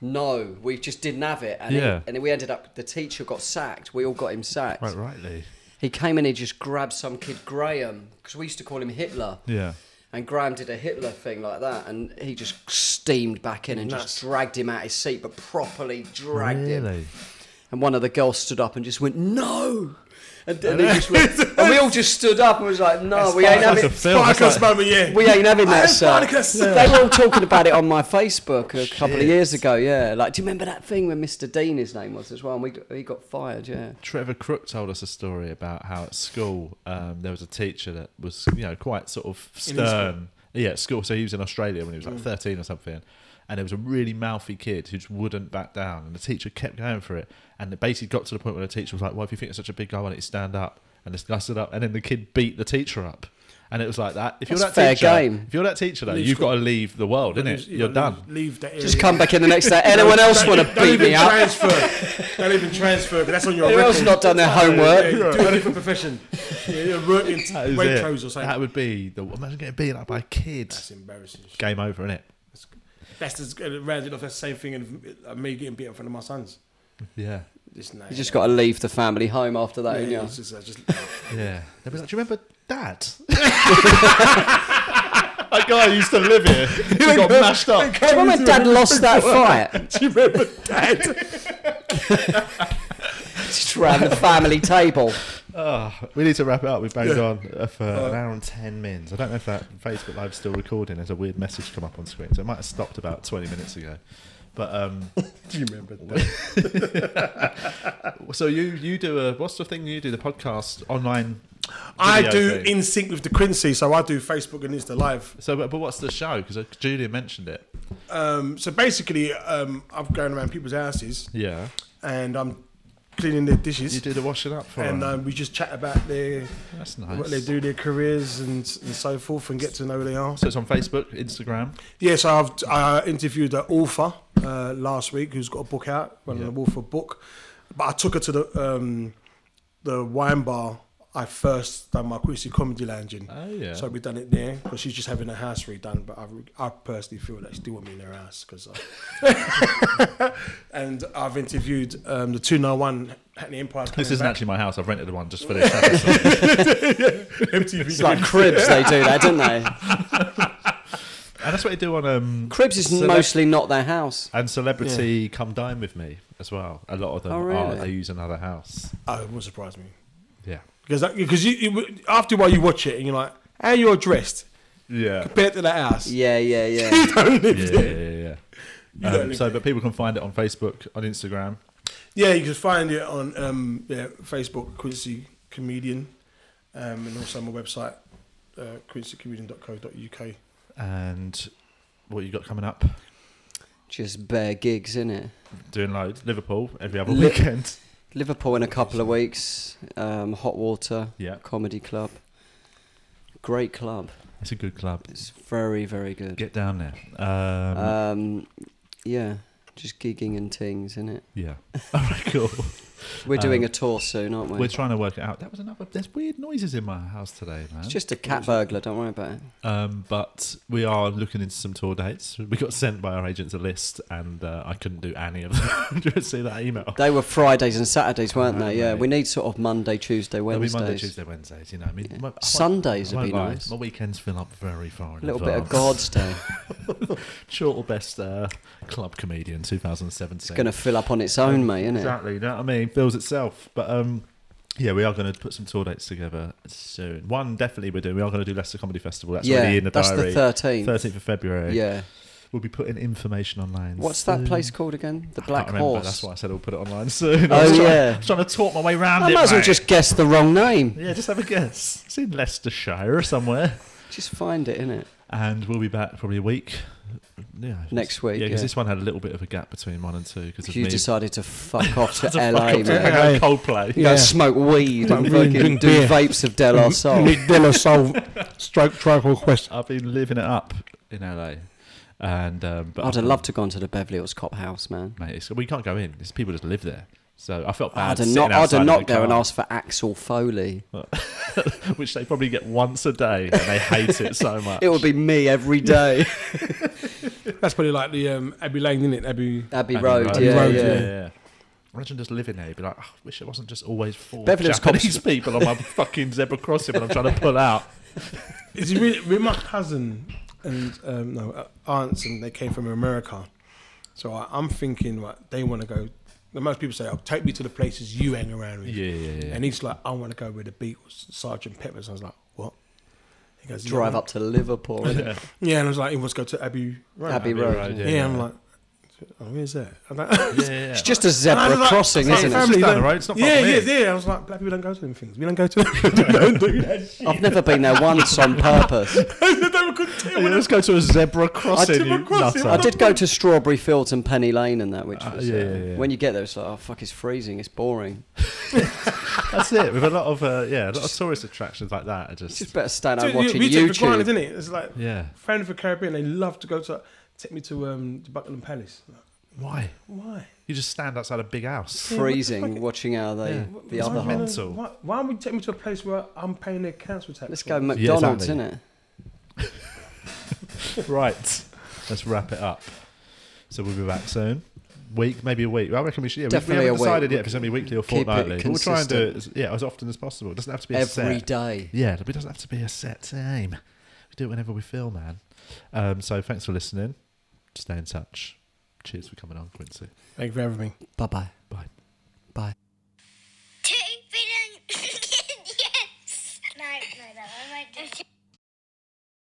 D: no, we just didn't have it. And,
A: Yeah.
D: it, and then we ended up, the teacher got sacked. We all got him sacked.
A: Quite rightly.
D: He came in, he just grabbed some kid, Graham, because we used to call him Hitler.
A: Yeah.
D: And Graham did a Hitler thing like that, and he just steamed back in and just dragged him out his seat, but properly dragged him.
A: Really.
D: And one of the girls stood up and just went, no! And, and, he just went, and we all just stood up and was like, no, we ain't
A: That's
D: having
A: a film. that's
C: Spartacus
A: like-
C: moment, yeah.
D: we ain't having that, sir.
C: Spartacus.
D: They were all talking about it on my Facebook a couple of years ago. Yeah, like, do you remember that thing when Mr. Dean, his name was as well, and we he got fired? Yeah.
A: Trevor Crook told us a story about how at school um, there was a teacher that was you know quite sort of stern. Yeah, at school. So he was in Australia when he was like 13 or something, and there was a really mouthy kid who just wouldn't back down, and the teacher kept going for it, and it basically got to the point where the teacher was like, "Well, if you think you're such a big guy, why don't you stand up?" And this guy stood up, and then the kid beat the teacher up. And it was like that. If you're
D: That's
A: that
D: fair
A: teacher,
D: game.
A: if you're that teacher though,
C: Leave
A: you've
C: school.
A: got to leave the world, isn't it?
C: You
A: You're done.
C: gotta Leave, leave that area.
D: Just come back in the next day. Anyone else want to
C: Don't
D: beat
C: even
D: me up?
C: transfer. Don't even transfer. 'cause That's on your
D: Who
C: record.
D: else not done their
C: Yeah,
D: homework?
C: yeah, do a different profession. Yeah, you're working
A: That is it.
C: Waitrose or something.
A: That would be the imagine getting beaten up by
C: That's
A: kids.
C: embarrassing. shit.
A: Game over, innit?
C: That's, that's just uh, rounded off. That's the same thing in uh, me getting beat in front of my sons.
A: Yeah.
C: It's not-
D: You just got to leave the family home after that.
C: Yeah,
D: ain't
C: yeah,
D: ya?
C: it's just- I just-
A: Yeah. They'd be like, Do you remember Dad? that guy used to live here. He got mashed up.
D: Do you remember Dad lost that fight?
C: Do you remember Dad?
D: Just round the family table.
A: Oh, we need to wrap it up. We've banged on uh, for an hour and 10 minutes. I don't know if that Facebook Live's still recording. There's a weird message come up on screen. So it might have stopped about 20 minutes ago. But um,
C: Do you remember Dad?
A: so you you do a what's the thing you do the podcast online?
C: I
A: video
C: do
A: thing.
C: in sync with the Quincy, so I do Facebook and Insta live.
A: so, but, but what's the show? Because Julia mentioned it.
C: Um, so basically, um, I'm going around people's houses
A: Yeah,
C: and I'm cleaning their dishes.
A: you do the washing up for
C: and
A: her.
C: um, we just chat about their
A: That's nice.
C: what they do, their careers, and, and so forth, and get to know who they are.
A: So it's on Facebook, Instagram.
C: Yeah, so I've I interviewed an author uh, last week who's got a book out, running
A: Yeah.
C: an author book. But I took her to the um, the wine bar. I first done my Quincy Comedy Lounge in.
A: Oh, yeah.
C: So we done it there because she's just having her house redone. But I, re- I personally feel that she still want me in her house because. and I've interviewed um, the two nine one Hackney Empire.
A: This
C: coming
A: isn't
C: back.
A: actually my house. I've rented one just for this. episode.
D: It's like cribs. They do that, don't they?
A: and that's what they do on um
D: Cribs is
A: Celeb-
D: mostally not their house.
A: and celebrity come dine with me as well. A lot of them
D: Oh,
A: are
D: really?
A: they use another house.
C: Oh, it wouldn't surprise me.
A: Yeah.
C: Because that, because you, you after a while you watch it and you're like, how you're dressed
A: Yeah.
C: compared to that house.
D: Yeah, yeah, yeah.
A: Yeah, yeah, yeah. yeah.
C: don't
A: Um,
C: live
A: so, but people can find it on Facebook, on Instagram.
C: Yeah, you can find it on um, yeah, Facebook, Quincy Comedian, um, and also my website, uh, quincycomedian.co.uk.
A: And what you got coming up?
D: Just bare gigs, innit?
A: Doing loads. Liverpool every other
D: Li-
A: weekend.
D: Liverpool in a couple of weeks. Um, Hot Water
A: Yeah.
D: Comedy Club. Great club.
A: It's a good club.
D: It's very, very good.
A: Get down there. Um,
D: Um, yeah, just gigging and things, innit?
A: yeah. All right, cool.
D: We're
A: Um,
D: doing a tour soon, aren't we?
A: We're trying to work it out. That was another. There's weird noises in my house today, man.
D: it's just a cat burglar, don't worry about it.
A: Um, but we are looking into some tour dates. We got sent by our agents a list, and uh, I couldn't do any of them. Did you see that email?
D: They were Fridays and Saturdays, weren't they? Yeah,
A: Right.
D: we need sort of Monday, Tuesday,
A: There'll be
D: Wednesdays.
A: Monday, Tuesday, Wednesdays. You know, I mean, my- I won't-
D: Sundays
A: I
D: would be
A: won't lie,
D: nice.
A: My weekends fill up very far. in
D: A little bit of
A: advance.
D: God's Day.
A: Short or best uh, club comedian 2017.
D: It's going to fill up on its own, mate, isn't it?
A: Exactly. You know what I mean? Fills itself. But um, yeah, we are going to put some tour dates together soon. One definitely we're doing. We are going to do Leicester Comedy Festival. That's already
D: yeah,
A: in the
D: that's
A: diary.
D: the 13th.
A: 13th of February.
D: Yeah.
A: We'll be putting information online.
D: What's
A: soon.
D: that place called again? The
A: I
D: Black
A: can't remember.
D: Horse.
A: That's why I said I'll put it online soon.
D: Oh,
A: I was trying,
D: yeah.
A: I was trying to talk my way around
D: I
A: it.
D: might as well
A: mate.
D: just guess the wrong name.
A: Yeah, just have a guess. It's in Leicestershire or somewhere.
D: Just find it, innit?
A: And we'll be back probably a week. Yeah,
D: Next week,
A: Yeah, because
D: yeah.
A: this one had a little bit of a gap between one and two because of
D: You
A: me.
D: decided to fuck off to
A: That's a fuck
D: LA,
A: up
D: mate.
A: to
D: Yeah.
A: hang out Coldplay.
D: You go smoke weed and
C: Drink-
D: fucking
C: drink
D: do
C: beer.
D: vapes of Del Our Soul.
C: Nick Diller Soul Stroke Tribal Quest.
A: I've been living it up in LA, and um, but
D: I'd have loved to go onto the Beverly Hills Cop House, man.
A: mate. It's, we can't go in. It's, people just live there. So I felt bad.
D: I'd have,
A: sitting
D: knock, I'd
A: outside
D: have
A: in
D: knocked
A: the
D: there and
A: car,
D: asked for Axel Foley.
A: which they probably get once a day, and they hate it so much.
D: It would be me every day.
C: That's probably like the um, Abbey Lane, isn't it? Abbey.
A: Abbey
D: Abbey, Road,
A: Road,
D: yeah,
C: Road,
D: yeah.
C: yeah.
A: Imagine just living there. You'd be like, "Oh, I wish it wasn't just always four
D: Beverly Hills Cops-
A: Japanese people on my fucking zebra crossing, and I'm trying to pull out.
C: Is it really, with my cousin and um, no uh, aunts, and they came from America. So I, I'm thinking, like, they want to go. The most people say, "Oh, take me to the places you hang around with."
A: Yeah, yeah, yeah.
C: And he's like, "I want to go with the Beatles, Sergeant Pepper's." I was like, "What?" He goes,
D: Drive
C: "Yeah."
D: up to Liverpool. innit?
C: Yeah, and I was like, "He wants to go to Abbey Road."
D: Abbey Road. yeah.
C: Yeah, I'm like, "Oh, where's that?" I'm like-
A: yeah, yeah.
D: It's just a zebra
C: And I was like,
D: crossing,
C: "It's
D: isn't
C: our
D: it?
A: It's
C: family,
A: down the
C: don't-"
A: road, it's not far
C: yeah,
A: from
C: yeah,
A: here.
C: yeah. I was like, black people don't go to them things. We don't go to them. don't do that shit.
D: I've never been there once on purpose.
C: they couldn't tell
A: Yeah,
C: when
A: let's go to a zebra crossing.
C: Zebra
A: you
C: crossing,
A: nutter.
D: I did go to Strawberry Fields and Penny Lane and that, which
A: Ah,
D: was
A: yeah,
D: uh,
A: yeah, yeah.
D: when you get there, it's like, oh fuck, it's freezing, it's boring.
A: That's it. With a lot of uh, yeah, a lot of tourist attractions like that. Are
D: It's
A: just
D: just better stand out
C: Dude,
D: watching
C: we took it for granted,
D: YouTube.
C: didn't it? It's like
A: yeah.
C: friend of the Caribbean. They love to go to take me to um, the Buckingham Palace. Like,
A: Why?
C: why?
A: You just stand outside a big house.
C: Yeah, what the fuck
D: Freezing,
C: it-
D: watching how they
A: Yeah.
D: the
A: It's
D: other
A: men-
D: half.
A: Mental.
C: Why, why would you take me to a place where I'm paying their council tax?
D: Let's
C: for?
D: go
A: Yeah,
D: McDonald's,
A: exactly.
D: innit?
A: right. Let's wrap it up. So we'll be back soon. Week, maybe a week. I reckon we should. Yeah, we-
D: Definitely
A: we
D: a
A: haven't
D: week.
A: decided yet if it's going to be weekly or
D: Keep it
A: fortnightly. We'll try and do it. As, yeah, as often as possible. It doesn't have to be a
D: Every
A: set.
D: day.
A: Yeah, it doesn't have to be a set time. We do it whenever we feel, man. Um, so thanks for listening. Stay in touch. Cheers for coming on, Quincy.
C: Thank you for having me.
D: Bye bye.
A: Bye.